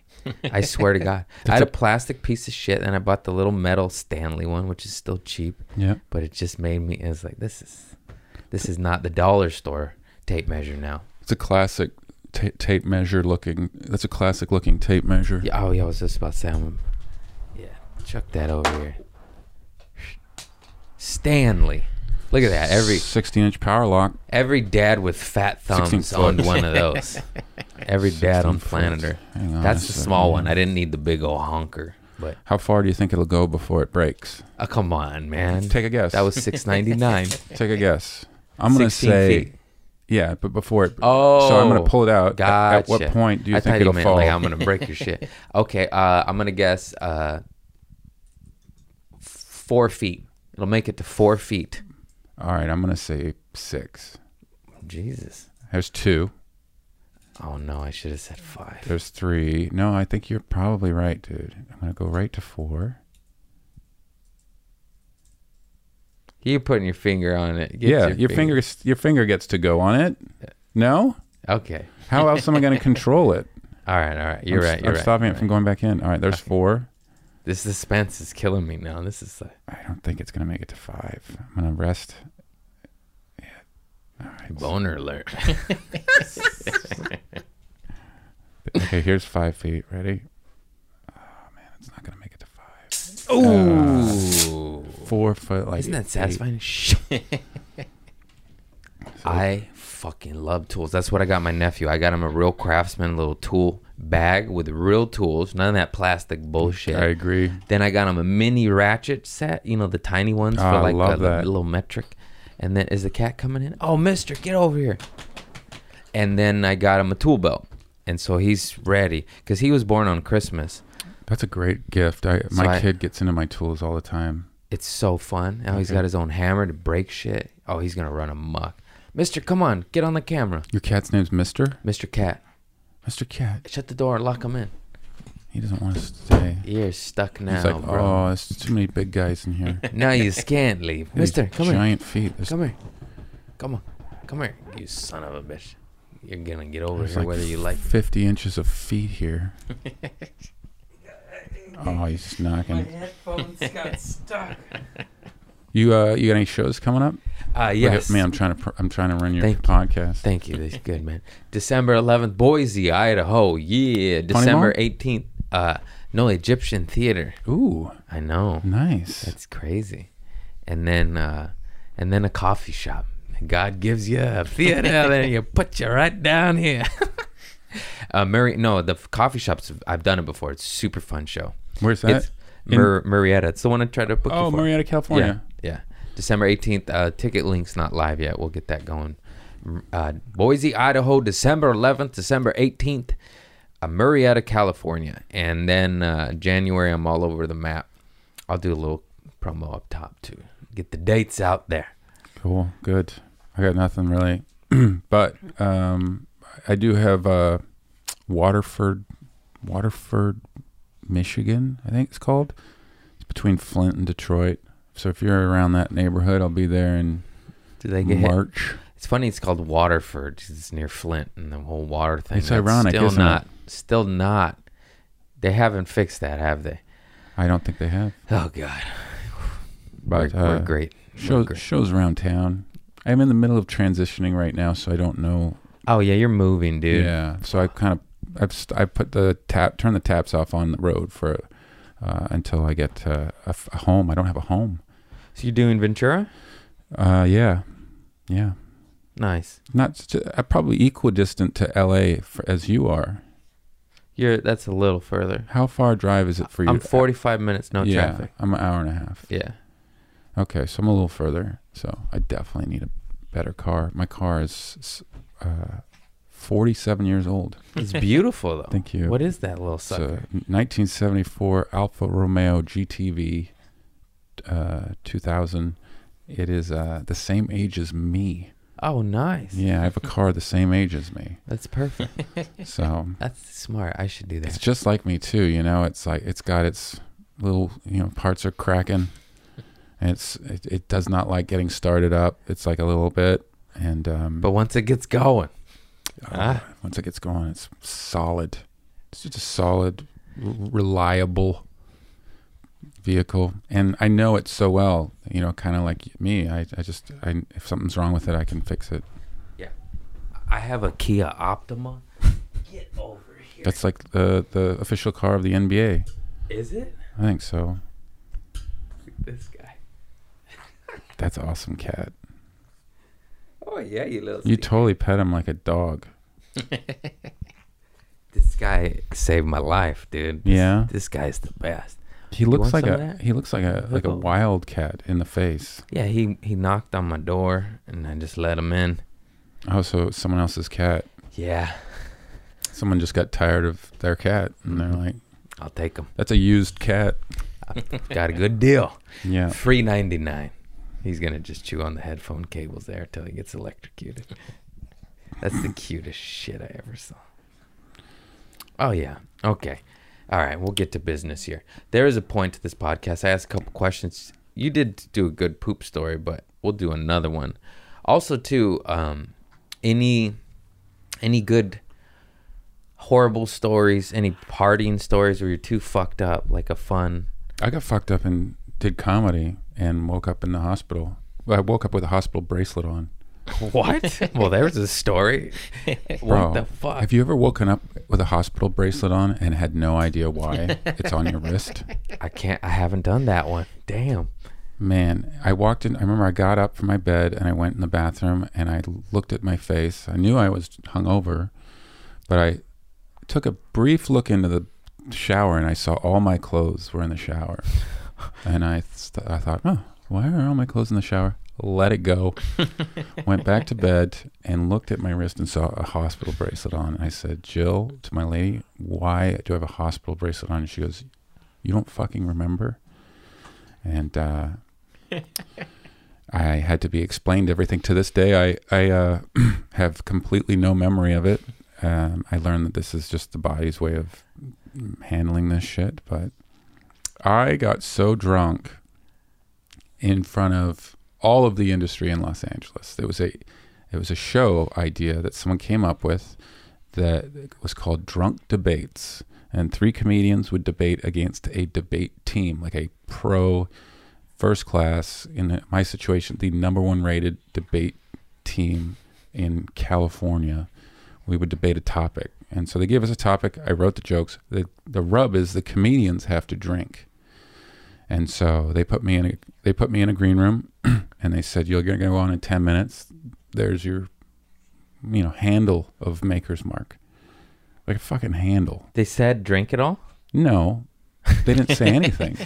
A: I swear to God. I had a plastic piece of shit and I bought the little metal Stanley one, which is still cheap,
C: Yeah.
A: but it just made me it was like this is this is not the dollar store tape measure now.
C: It's a classic ta tape measure looking. That's a classic looking tape measure.
A: Yeah, oh yeah, I was just about to say I'm Yeah. Chuck that over here. Stanley. Look at that. Every
C: 16 inch power lock.
A: Every dad with fat
C: 16
A: thumbs owned
C: foot.
A: one of those. Every dad
C: 16
A: on
C: foot.
A: planet Earth.
C: Hang on
A: That's
C: a
A: the
C: second.
A: small one. I didn't need the big old honker. But
C: How far do you think it'll go before it breaks?
A: oh, come on, man.
C: Take a guess.
A: That was six ninety nine.
C: Take a guess. <laughs> I'm gonna
A: 16
C: say
A: feet.
C: yeah, but before it.
A: Oh,
C: so I'm gonna pull it out. At- At,
A: Gotcha.
C: what point do you
A: I
C: think
A: thought you
C: it'll
A: meant
C: fall?
A: like I'm gonna break your
C: <laughs>
A: shit. Okay, uh, I'm gonna guess uh, four feet. It'll make it to four feet.
C: All right, I'm gonna say six.
A: Jesus.
C: There's two.
A: Oh no, I should have said five.
C: There's three. No, I think you're probably right, dude. I'm gonna go right to four.
A: You're putting your finger on it. Get
C: yeah, your, finger. your finger gets to go on it. No,
A: Okay.
C: how else am
A: <laughs>
C: I gonna control it?
A: All right. All right. You're
C: I'm,
A: right.
C: s-
A: You're
C: I'm
A: right.
C: stopping
A: you're
C: it
A: right.
C: from going back in. All right, there's four.
A: This suspense is killing me now. This
C: <laughs>
A: is like
C: I don't think it's gonna make it to five. I'm gonna rest. Yeah. All right.
A: boner
C: <laughs>
A: alert.
C: Okay, here's five feet. Ready? Oh man, it's not gonna make it to five.
A: Ooh.
C: Four foot. Like
A: Isn't
C: eight.
A: that <laughs> satisfying? Shh. I fucking love tools. That's what I got my nephew. I got him a real craftsman little tool bag with real tools, none of that plastic bullshit.
C: I agree.
A: Then I got him a mini ratchet set, you know, the tiny ones
C: Ah,
A: for
C: I
A: like
C: love
A: a
C: that.
A: little metric. And then is the cat coming in? Oh, mister, get over here. And then I got him a tool belt. And so he's ready because he was born on Christmas.
C: That's a great gift. I, my
A: I-
C: kid gets into my tools all the time.
A: It's so fun. Now he's
C: Okay.
A: got his own hammer to break shit. Oh, he's gonna run amok. Mister, come on, get on the camera.
C: Your cat's name's Mister.
A: Mister Cat,
C: Mister Cat.
A: shut the door, lock him in.
C: He doesn't want to stay.
A: Ears stuck now,
C: He's like,
A: bro.
C: oh, there's too many big guys
A: <laughs>
C: in here.
A: Now you can't
C: <laughs>
A: leave.
C: These
A: Mister, come here.
C: giant feet. There's,
A: Come here. Come on. Come here. You son of a bitch. You're gonna get over
C: there's
A: here
C: like
A: whether you like it.
C: fifty inches of
A: <laughs>
C: feet here. oh, he's just knocking.
D: headphones got stuck.
C: You uh, you got any shows coming up?
A: Uh
C: Look at
A: yes.
C: me, I'm trying to pr- I'm trying to run your
A: Thank you.
C: podcast.
A: Thank you. That's good, man. December 11th, Boise, Idaho. Yeah. December
C: Mall?
A: 18th, uh, no Egyptian Theater.
C: Ooh,
A: I know.
C: Hmm. nice.
A: That's crazy. And then uh and then a coffee shop. God gives you a <laughs> theater and you put you right down here. <laughs> uh Murray no, the f- coffee shops I've done it before. It's a super fun show.
C: Where's that?
A: it's
C: In-
A: Mur- Marietta. It's the one I tried to book you
C: oh,
A: for.
C: Marietta,
A: Yeah.
C: California.
A: Yeah. December 18th. Uh, ticket link's not live yet. We'll get that going. M- Uh, Boise, Idaho, December 11th, December 18th, uh, Murrieta, California. And then uh, January, I'm all over the map. I'll do a little promo up top too. Get the dates out there.
C: Cool. Good. I got nothing really, <clears throat> but um, I do have uh, Waterford, Waterford, Michigan. I think it's called. It's between Flint and Detroit. So if you're around that neighborhood, I'll be there in
A: Do they get hit?
C: March.
A: It's funny. It's called Waterford. 'cause It's near Flint and the whole water thing.
C: It's
A: That's
C: ironic,
A: Still
C: isn't it?
A: not. Still not They haven't fixed that, have they?
C: I don't think they have.
A: Oh God,
C: But
A: we're, we're
C: uh,
A: great. We're
C: Shows
A: great.
C: shows around town. I'm in the middle of transitioning right now, so I don't know.
A: Oh yeah, you're moving, dude.
C: Yeah, so I kind of I've st- I put the tap turn the taps off on the road for uh, until I get uh, a, f- a home. I don't have a home.
A: So you're doing Ventura?
C: Uh, yeah, yeah.
A: Nice.
C: Not such a, uh, probably equidistant to L.A. For, as you are.
A: You're that's a little further.
C: How far drive is it for you? uh,
A: I'm 45 minutes, no
C: yeah,
A: traffic.
C: I'm an hour and a half.
A: Yeah.
C: Okay, so I'm a little further. So I definitely need a better car. My car is s- uh, 47 years old. <laughs>
A: It's beautiful though.
C: Thank you.
A: What is that little
C: It's a
A: sucker?
C: 1974 Alfa Romeo GTV uh, 2000. It is uh, the same age as me.
A: oh, nice.
C: Yeah, I have a car the same age as me.
A: That's perfect.
C: <laughs> So
A: That's smart. I should do
C: it's
A: that.
C: just like me too. You know, it's like it's got its little you know parts are cracking, and it's it, it does not like getting started up. It's like a little bit, and um,
A: But once it gets going,
C: Oh,
A: Ah.
C: Once it gets going, it's solid. It's just a solid, r- reliable vehicle, and I know it so well. You know, kind of like me. I, I just, I, if something's wrong with it, I can fix it.
A: I have a Kia <laughs> Optima. Get over here.
C: That's like the the official car of the NBA.
A: Is it?
C: I think so.
A: This guy.
C: That's awesome, cat.
A: Oh yeah, you little.
C: You
A: sneak.
C: totally pet him like a dog.
A: this guy saved my life, dude. This-
C: Yeah?
A: This guy's the best.
C: He
A: want
C: looks like
A: some
C: a
A: of that? Oh.
C: he looks like a like a
A: Look.
C: wild cat in the face.
A: Yeah, he he knocked on my door and I just let him in.
C: Oh, so it's someone else's cat.
A: Yeah,
C: Someone just got tired of their cat, and
A: Mm-hmm.
C: they're like,
A: I'll take him.
C: "That's a used cat."
A: Got a good deal.
C: Yeah.
A: Three ninety nine. He's gonna just chew on the headphone cables there until he gets electrocuted. That's the cutest shit I ever saw. Oh yeah. Okay. All right, we'll get to business here. There is a point to this podcast. I asked a couple questions. You did do a good poop story, but we'll do another one. Also, too, um, any any good horrible stories, any partying stories where you're too fucked up, like a fun
C: I got fucked up and did comedy and woke up in the hospital. Well, I woke up with a hospital bracelet on.
A: <laughs> What? well, there's a story.
C: Bro,
A: what the fuck?
C: Have you ever woken up with a hospital bracelet on and had no idea
A: <laughs>
C: why it's on your wrist?
A: I can't. I haven't done that one. Damn.
C: Man, I walked in. I remember I got up from my bed and I went in the bathroom and I looked at my face. I knew I was hungover, but I took a brief look into the shower and I saw all my clothes were in the shower. And I, th- I thought, oh, why are all my clothes in the shower? Let it go. went back to bed and looked at my wrist and saw a hospital bracelet on. And I said, Jill, to my lady, why do I have a hospital bracelet on? And she goes, You don't fucking remember? And uh, I had to be explained everything. To this day, I, I uh, <clears throat> have completely no memory of it. Um, I learned that this is just the body's way of handling this shit, but I got so drunk in front of all of the industry in Los Angeles. There was a it was a show idea that someone came up with that was called Drunk Debates, and three comedians would debate against a debate team, like a pro first class in my situation, the number one rated debate team in California. We would debate a topic. And so they gave us a topic. I wrote the jokes. The, the rub is the comedians have to drink. And so they put me in a they put me in a green room, <clears throat> and they said you're going to go on in ten minutes. There's your, you know, handle of Maker's Mark, like a fucking handle.
A: They said drink it all.
C: No, they didn't say anything.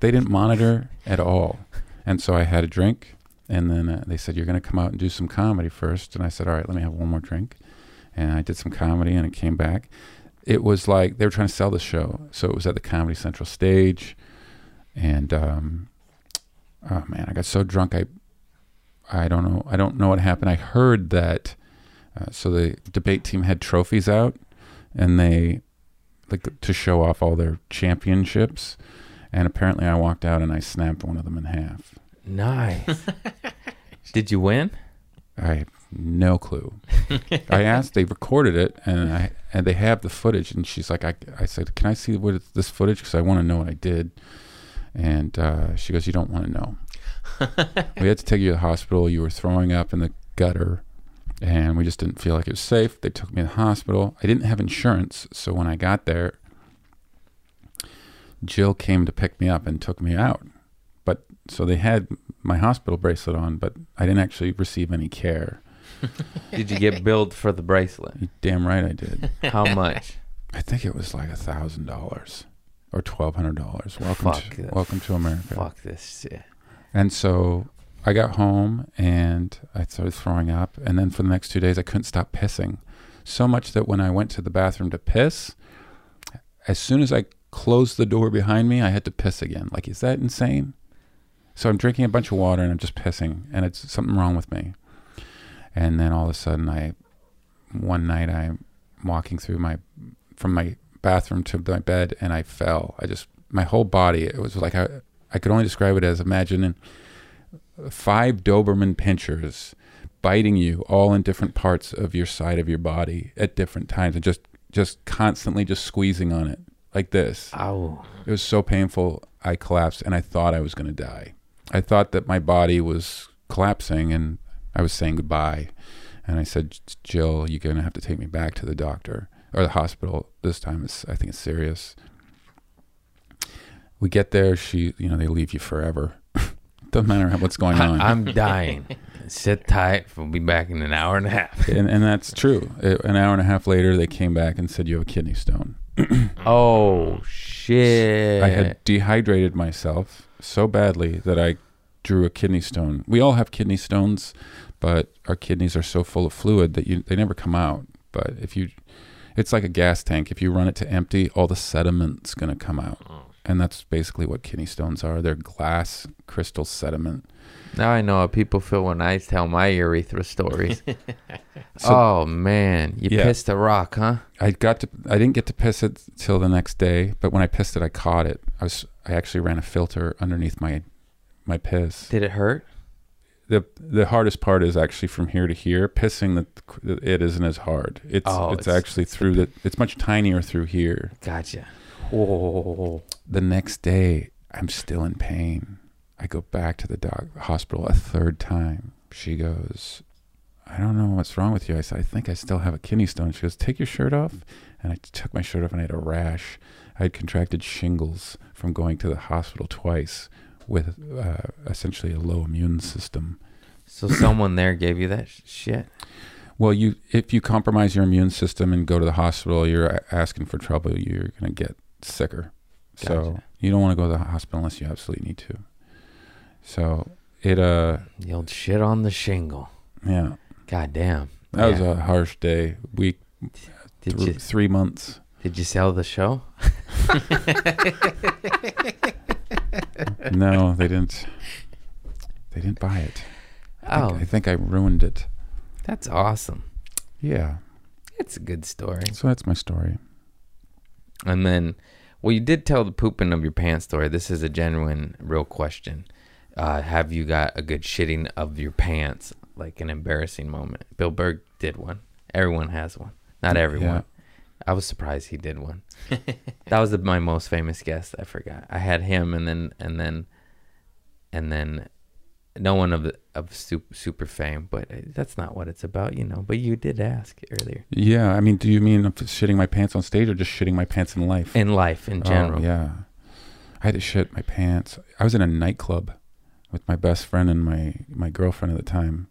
C: they didn't monitor at all. And so I had a drink, and then uh, they said you're going to come out and do some comedy first. And I said, all right, let me have one more drink. And I did some comedy, and it came back. It was like they were trying to sell the show, so it was at the Comedy Central stage, and um, oh man, I got so drunk I, I don't know, I don't know what happened. I heard that, uh, so the debate team had trophies out, and they like to show off all their championships. And apparently,
A: <laughs>
C: I walked out and I snapped one of them in half.
A: Nice. Did you win?
C: I have no clue. I asked. They recorded it, and I and they have the footage. And she's like, I, I said, can I see what it's- this footage? Because I want to know what I did. And uh, she goes, you don't want to know. we had to take you to the hospital. You were throwing up in the gutter, and we just didn't feel like it was safe. They took me to the hospital. I didn't have insurance, so when I got there, Jill came to pick me up and took me out. But so they had my hospital bracelet on, but I didn't actually receive any care.
A: Did you get billed for the bracelet?
C: You damn right
A: <laughs>
C: I did.
A: How much?
C: I think it was like a thousand dollars or twelve hundred dollars. Welcome
A: Fuck
C: to
A: this.
C: welcome to America.
A: Fuck this shit.
C: And so I got home and I started throwing up, and then for the next two days I couldn't stop pissing, so much that when I went to the bathroom to piss, as soon as I closed the door behind me, I had to piss again. Like, is that insane? So I'm drinking a bunch of water and I'm just pissing, and it's something wrong with me. And then all of a sudden, I one night I'm walking through my from my bathroom to my bed, and I fell. I just my whole body. It was like I I could only describe it as imagining five Doberman pinchers biting you all in different parts of your side of your body at different times, and just just constantly just squeezing on it like this.
A: Ow.
C: It was so painful. I collapsed and I thought I was going to die. I thought that my body was collapsing and I was saying goodbye. And I said, Jill, you're going to have to take me back to the doctor or the hospital. This time, it's, I think it's serious. We get there. She, you know, they leave you forever. <laughs> Doesn't matter how- what's going on.
A: I, am dying. Sit tight. We'll be back in an hour and a half.
C: and, and that's true. Uh, An hour and a half later, they came back and said, You have a kidney stone.
A: Oh shit!
C: I had dehydrated myself so badly that I drew a kidney stone. We all have kidney stones, but our kidneys are so full of fluid that you they never come out. But if you it's like a gas tank. If you run it to empty, all the sediment's going to come out. And that's basically what kidney stones are. They're glass crystal sediment.
A: now I know how people feel when I tell my urethra <laughs> stories.
C: So-
A: oh man, you
C: Yeah.
A: pissed a rock, huh?
C: I got to I didn't get to piss it till the next day, but when I pissed it, I caught it. I was I actually ran a filter underneath my my piss.
A: Did it hurt?
C: the the hardest part is actually from here to here. Pissing the it isn't as hard. It's
A: Oh,
C: it's,
A: it's-
C: actually through the it's much tinier through here.
A: Gotcha. Whoa.
C: The next day, I'm still in pain. I go back to the doc hospital a third time. She goes, I don't know what's wrong with you. I said, I think I still have a kidney stone. She goes, Take your shirt off. And I took my shirt off and I had a rash. I had contracted shingles from going to the hospital twice with uh, essentially a low immune system.
A: So someone there gave you that sh- shit.
C: Well, you if you compromise your immune system and go to the hospital, you're a- asking for trouble. You're going to get sicker. So
A: Gotcha.
C: you don't want to go to the hospital unless you absolutely need to. So it uh
A: The old shit on the shingle.
C: yeah
A: God damn.
C: that was
A: Yeah.
C: a harsh day week
A: Did
C: thr-
A: you
C: three
A: <laughs>
C: months.
A: did you sell the show?
C: No, they didn't. They didn't buy it. I think,
A: Oh,
C: I think I ruined it.
A: that's awesome.
C: Yeah.
A: That's a good story.
C: So that's my story.
A: And then, well, you did tell the pooping of your pants story. This is a genuine, real question. Uh, have you got a good shitting of your pants, like an embarrassing moment? Bill Berg did one. Everyone has one. Not everyone.
C: Yeah.
A: I was surprised he did
C: <laughs>
A: one. that was the, my most famous guest. I forgot. I had him, and then and then and then no one of the, of super, super fame. But uh, that's not what it's about, you know. But you did ask earlier
C: Yeah. I mean, do you mean I'm shitting my pants on stage or just shitting my pants in life?
A: in life in
C: Oh,
A: general.
C: yeah. I had to shit my pants. I was in a nightclub with my best friend and my, my girlfriend at the time.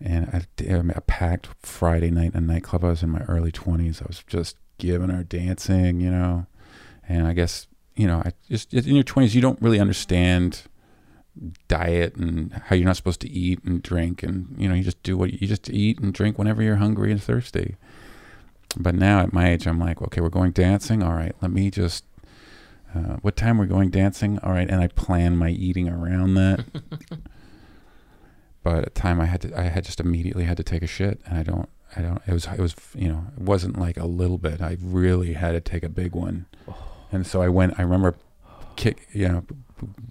C: And I, d- I mean, a packed Friday night in a nightclub. I was in my early 20s. I was just giving her dancing, you know. And I guess, you know, I just in your 20s, you don't really understand diet and how you're not supposed to eat and drink. And, you know, you just do what you just eat and drink whenever you're hungry and thirsty. But now at my age, I'm like, okay, we're going dancing. All right, let me just. Uh, what time we're going dancing? All right, and I plan my eating around that. but at time I had to, I had just immediately had to take a shit, and I don't, I don't. It was, it was, you know, it wasn't like a little bit. I really had to take a big one, and so I went. I remember, kick, you know,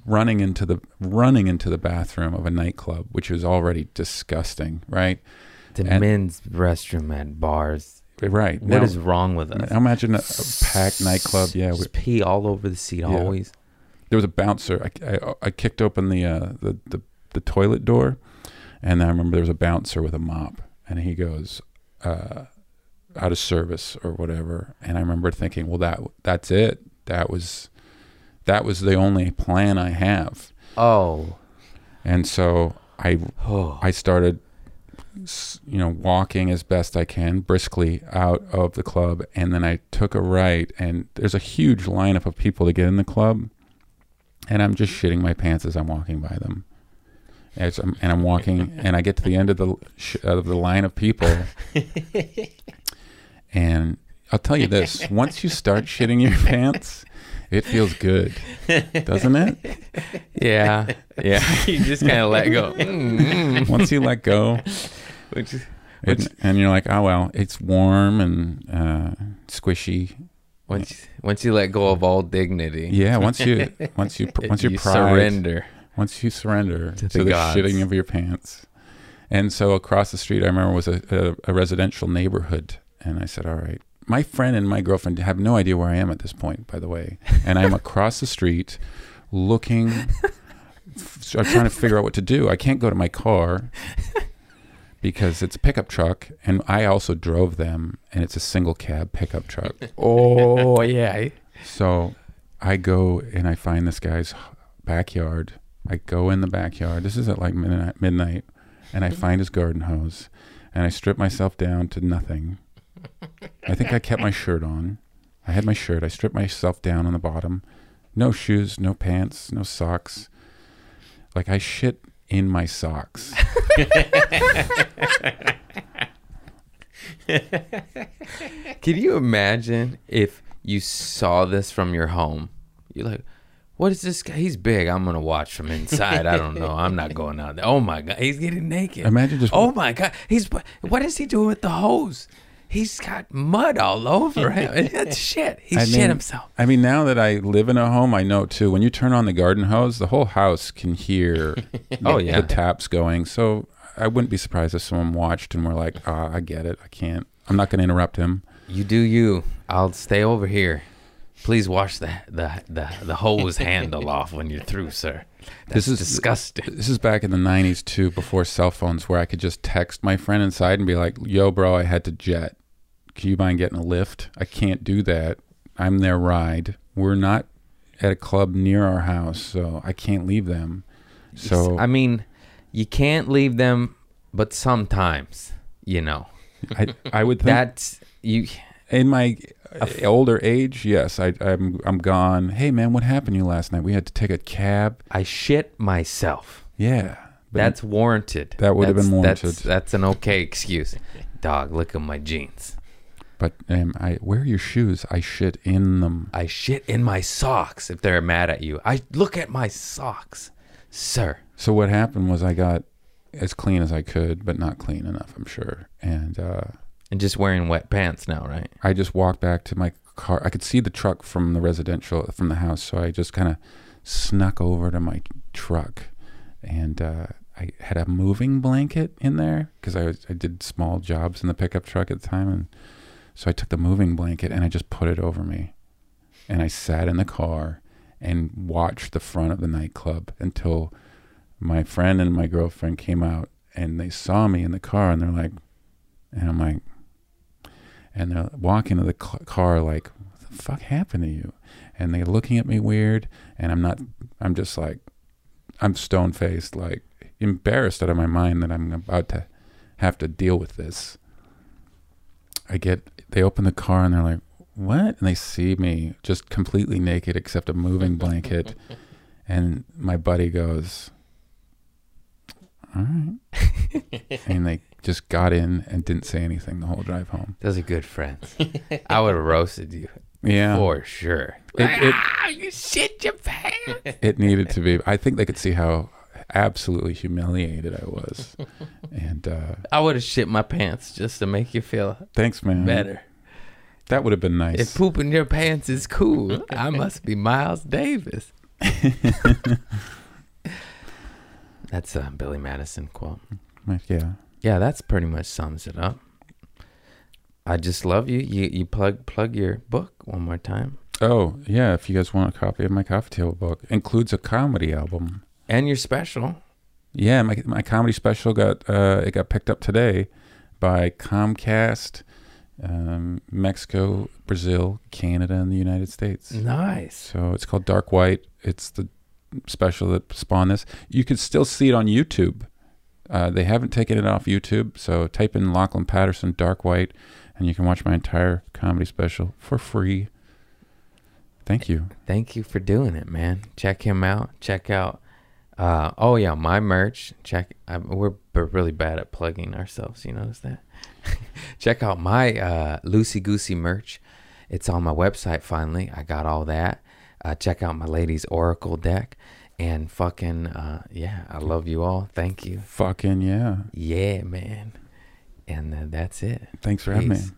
C: running into the running into the bathroom of a nightclub, which was already disgusting, right?
A: The
C: And-
A: men's restroom at bars.
C: Right.
A: What
C: Now-
A: is wrong with us?
C: Imagine a, a packed nightclub. Yeah, we,
A: Just pee all over the seat
C: Yeah.
A: always.
C: there was a bouncer. I, I, I kicked open the, uh, the the the toilet door, and I remember there was a bouncer with a mop, and he goes uh, out of service or whatever. And I remember thinking, well, that that's it. That was that was the only plan I have. <sighs>
A: Oh.
C: And so I
A: Oh.
C: I started, s- you know, walking as best I can briskly out of the club, and then I took a right, and there's a huge lineup of people to get in the club, and I'm just shitting my pants as I'm walking by them. As I'm, and I'm walking, and I get to the end of the sh- of the line of people, and I'll tell you this: once you start shitting your pants, it feels good, doesn't it? <laughs>
A: Yeah. Yeah. you just kind of let <laughs> go. Mm, mm.
C: once you let go, and, and you're like, oh well, it's warm and uh, squishy.
A: Once, you- once you let go of all dignity,
C: Yeah, once you once you
A: <laughs>
C: once you
A: you
C: pride,
A: surrender.
C: once you surrender to,
A: To
C: the,
A: the gods.
C: shitting of your pants. And so across the street, I remember was a, a, a residential neighborhood, and I said, all right. My friend and my girlfriend have no idea where I am at this point, by the way, and <laughs> I'm across the street, looking. f- I'm trying to figure out what to do. I can't go to my car because it's a pickup truck, and I also drove them, and it's a single cab pickup truck.
A: <laughs> Oh, yeah.
C: So I go and I find this guy's backyard. I go in the backyard. This is at like midnight, midnight and I find his garden hose and I strip myself down to nothing. I think I kept my shirt on. I had my shirt. I stripped myself down on the bottom. No shoes, no pants, no socks. Like I shit in my socks.
A: Can you imagine if you saw this from your home? You're like, what is this guy? He's big. I'm going to watch from inside. I don't know. I'm
C: <laughs>
A: not going out there. Oh my God. He's getting naked.
C: Imagine just-
A: Oh my God. He's, what is he doing with the hose? He's got mud all over
C: <laughs>
A: him. That's shit. He
C: I
A: shit
C: mean-
A: himself.
C: I mean, now that I live in a home, I know too. When you turn on the garden hose, the whole house can hear
A: <laughs> Oh,
C: the,
A: yeah.
C: the taps going. So I wouldn't be surprised if someone watched and were like, ah, I get it. I can't. I'm not going to interrupt him.
A: You do you. I'll stay over here. Please wash the the the, the
C: <laughs>
A: hose handle off when you're through, sir. That's
C: This is-
A: disgusting.
C: This is back in the 90s too, before cell phones, where I could just text my friend inside and be like, yo, bro, I had to jet. Can you mind getting a lift? I can't do that. I'm their ride. We're not at a club near our house, so I can't leave them. So
A: I mean, you can't leave them, but sometimes, you know,
C: I,
A: <laughs>
C: I would think
A: that's you.
C: in my uh, older age, yes, I, I'm I'm gone. Hey man, what happened to you last night? We had to take a cab.
A: I shit myself.
C: Yeah, but
A: that's warranted.
C: That would have
A: That's-
C: been
A: That's,
C: warranted.
A: that's an okay excuse. Dog, look at my jeans.
C: but um, I wear your shoes. I shit in them.
A: I shit in my socks if they're mad at you. I look at my socks, sir.
C: So what happened was I got as clean as I could, but not clean enough, I'm sure. And uh,
A: And just wearing wet pants now, right?
C: I just walked back to my car. I could see the truck from the residential from the house, so I just kind of snuck over to my truck, and uh, I had a moving blanket in there because I was, I did small jobs in the pickup truck at the time, and so I took the moving blanket and I just put it over me, and I sat in the car and watched the front of the nightclub until my friend and my girlfriend came out and they saw me in the car and they're like, and I'm like and they're walking to the cl- car like what the fuck happened to you and they're looking at me weird and i'm not i'm just like i'm stone faced like embarrassed out of my mind that i'm about to have to deal with this i get they open the car and they're like what and they see me just completely naked except a moving blanket and my buddy goes all right and they just got in and didn't say anything the whole drive home
A: Those are good
C: <laughs>
A: friends. I would have roasted you
C: yeah
A: for sure.
C: It- it-
A: ah, you shit your pants.
C: <laughs> it needed to be. I think they could see how absolutely humiliated I was.
A: <laughs>
C: And uh,
A: I would have shit my pants just to make you feel
C: thanks, man.
A: better.
C: That would have been nice.
A: If pooping your pants is cool, I must be Miles Davis. <laughs> That's a Billy Madison quote.
C: Right, yeah.
A: Yeah, that's pretty much sums it up. I just love you. You you plug plug your book one more time.
C: Oh, yeah. If you guys want a copy of my coffee table book, includes a comedy album.
A: And your special.
C: Yeah, my my comedy special got uh, it got picked up today by Comcast, um, Mexico, Brazil, Canada, and the United States.
A: Nice.
C: So it's called Dark White. It's the special that spawned this. You can still see it on YouTube. Uh, they haven't taken it off YouTube, so type in Lachlan Patterson Dark White, and you can watch my entire comedy special for free. Thank you.
A: Thank you for doing it, man. Check him out. Check out uh oh yeah, my merch. Check I, we're b- really bad at plugging ourselves, you notice that? <laughs> Check out my uh loosey goosey merch. It's on my website finally. I got all that. Uh check out my ladies oracle deck and fucking uh yeah, I love you all. Thank you.
C: Fucking yeah.
A: Yeah, man. And uh, that's it.
C: Thanks for having me.
A: Peace.